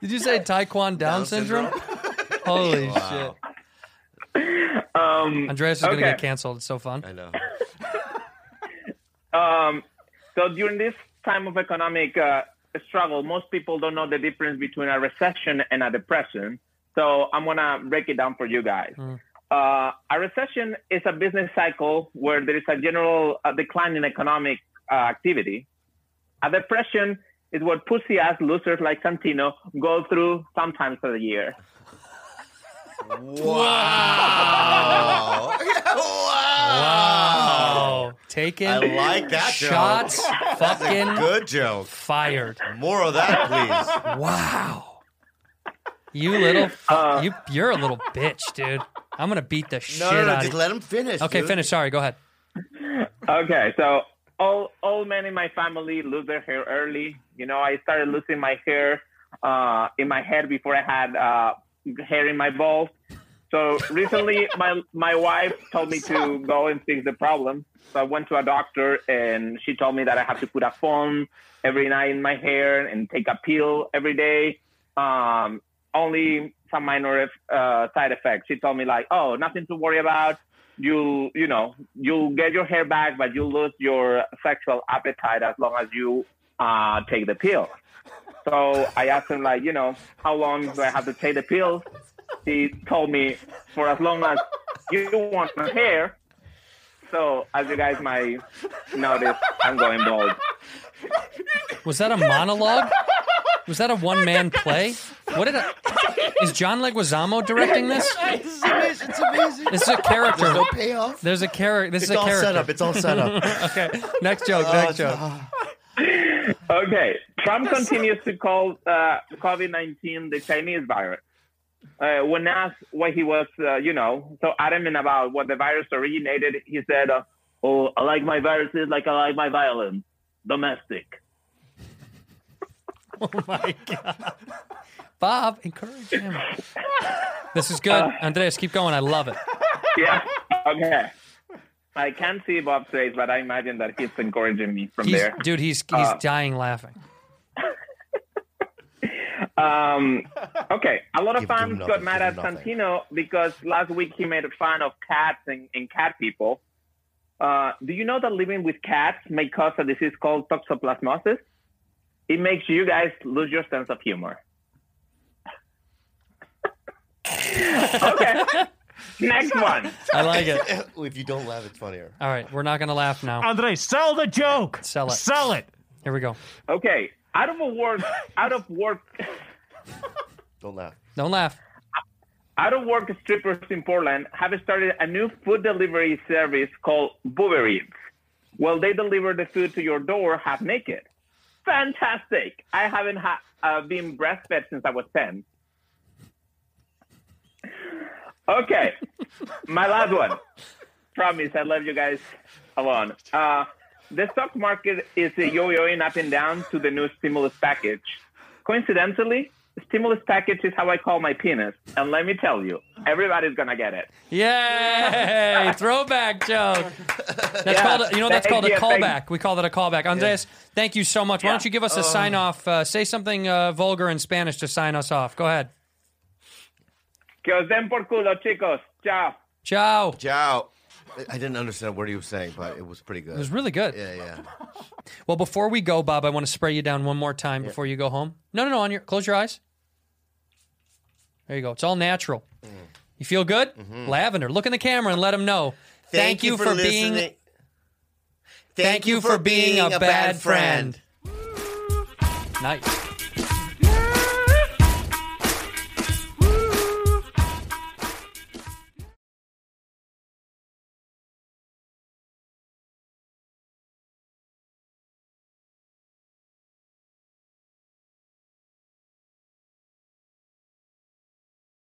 Did you say Taekwondo Down syndrome? Holy Wow. shit. Um, Andreas is going to okay. get canceled. It's so fun. I know. Um, so during this time of economic uh, struggle, most people don't know the difference between a recession and a depression. So I'm gonna break it down for you guys. Uh, a recession is a business cycle where there is a general uh, decline in economic uh, activity. A depression is what pussy ass losers like Santino go through sometimes of the year. Wow. wow. Oh. Taken. I like that joke. Shots That's a fucking good joke. Fired. More of that, please. Wow. You little, fu- you you're a little bitch, dude. I'm gonna beat the shit no, out no, of just you. let him finish, Okay, dude. finish. Sorry, go ahead. Okay, so all all men in my family lose their hair early. You know, I started losing my hair uh, in my head before I had uh, hair in my balls. So recently, my my wife told me to go and fix the problem. So I went to a doctor, and she told me that I have to put a foam every night in my hair and take a pill every day. Um, only some minor uh, side effects. She told me like, "Oh, nothing to worry about. You'll, you know, you'll get your hair back, but you'll lose your sexual appetite as long as you uh, take the pill." So I asked him like, you know, how long do I have to take the pill? He told me for as long as you want my hair. So as you guys might notice, I'm going bald. Was that a monologue? Was that a one man play? What did I, is John Leguizamo directing this? is amazing. It's amazing. This is a character. There's no payoff. There's a character. This It's is a all character. set up. It's all set up. okay. Next joke. Oh, Next it's- joke. Okay, Trump continues to call uh, COVID-19 the Chinese virus. Uh, when asked why he was, uh, you know, so adamant about what the virus originated, he said, uh, "Oh, I like my viruses like I like my violence, domestic." Bob, encourage him. This is good. Uh, Andreas, keep going. I love it. yeah. Okay. I can't see Bob's face, but I imagine that he's encouraging me from He's- there. Dude, he's he's Uh, dying laughing. Um, okay. A lot of Give them fans got nothing, mad give at them nothing. Santino because last week he made fun of cats and, and cat people. Uh, do you know that living with cats may cause a disease called toxoplasmosis? It makes you guys lose your sense of humor. okay. Next one. I like it. if you don't laugh, it's funnier. All right, we're not going to laugh now. Andre, sell the joke. Sell it. Sell it. Here we go. Okay. Out of a work, out of work Don't laugh. Don't laugh. out of work strippers in Portland have started a new food delivery service called Boobery. Well, they deliver the food to your door half naked. Fantastic! I haven't ha- uh, been breastfed since I was 10. Okay, my last one. Promise, I love you guys alone. Uh, the stock market is uh, yo-yoing up and down to the new stimulus package. Coincidentally, stimulus package is how I call my penis, and let me tell you, everybody's gonna get it. Yay! Throwback joke. That's Yeah. called. A, you know, that's Thank called a you, thank- callback. We call that a callback. Andres, thank you so much. Why don't you give us a Oh. sign off? Uh, say something uh, vulgar in Spanish to sign us off. Go ahead. Que os den por culo, chicos. Ciao. Ciao. Ciao. I- I didn't understand what he was saying, but it was pretty good. It was really good. Yeah, yeah. Well, before we go, Bob, I want to spray you down one more time before you go home. No, no, no. On your close your eyes. There you go. It's all natural. You feel good? Lavender, look in the camera and let him know. Mm-hmm. Thank, you, for, being. listening. Thank you for being a bad friend. Nice.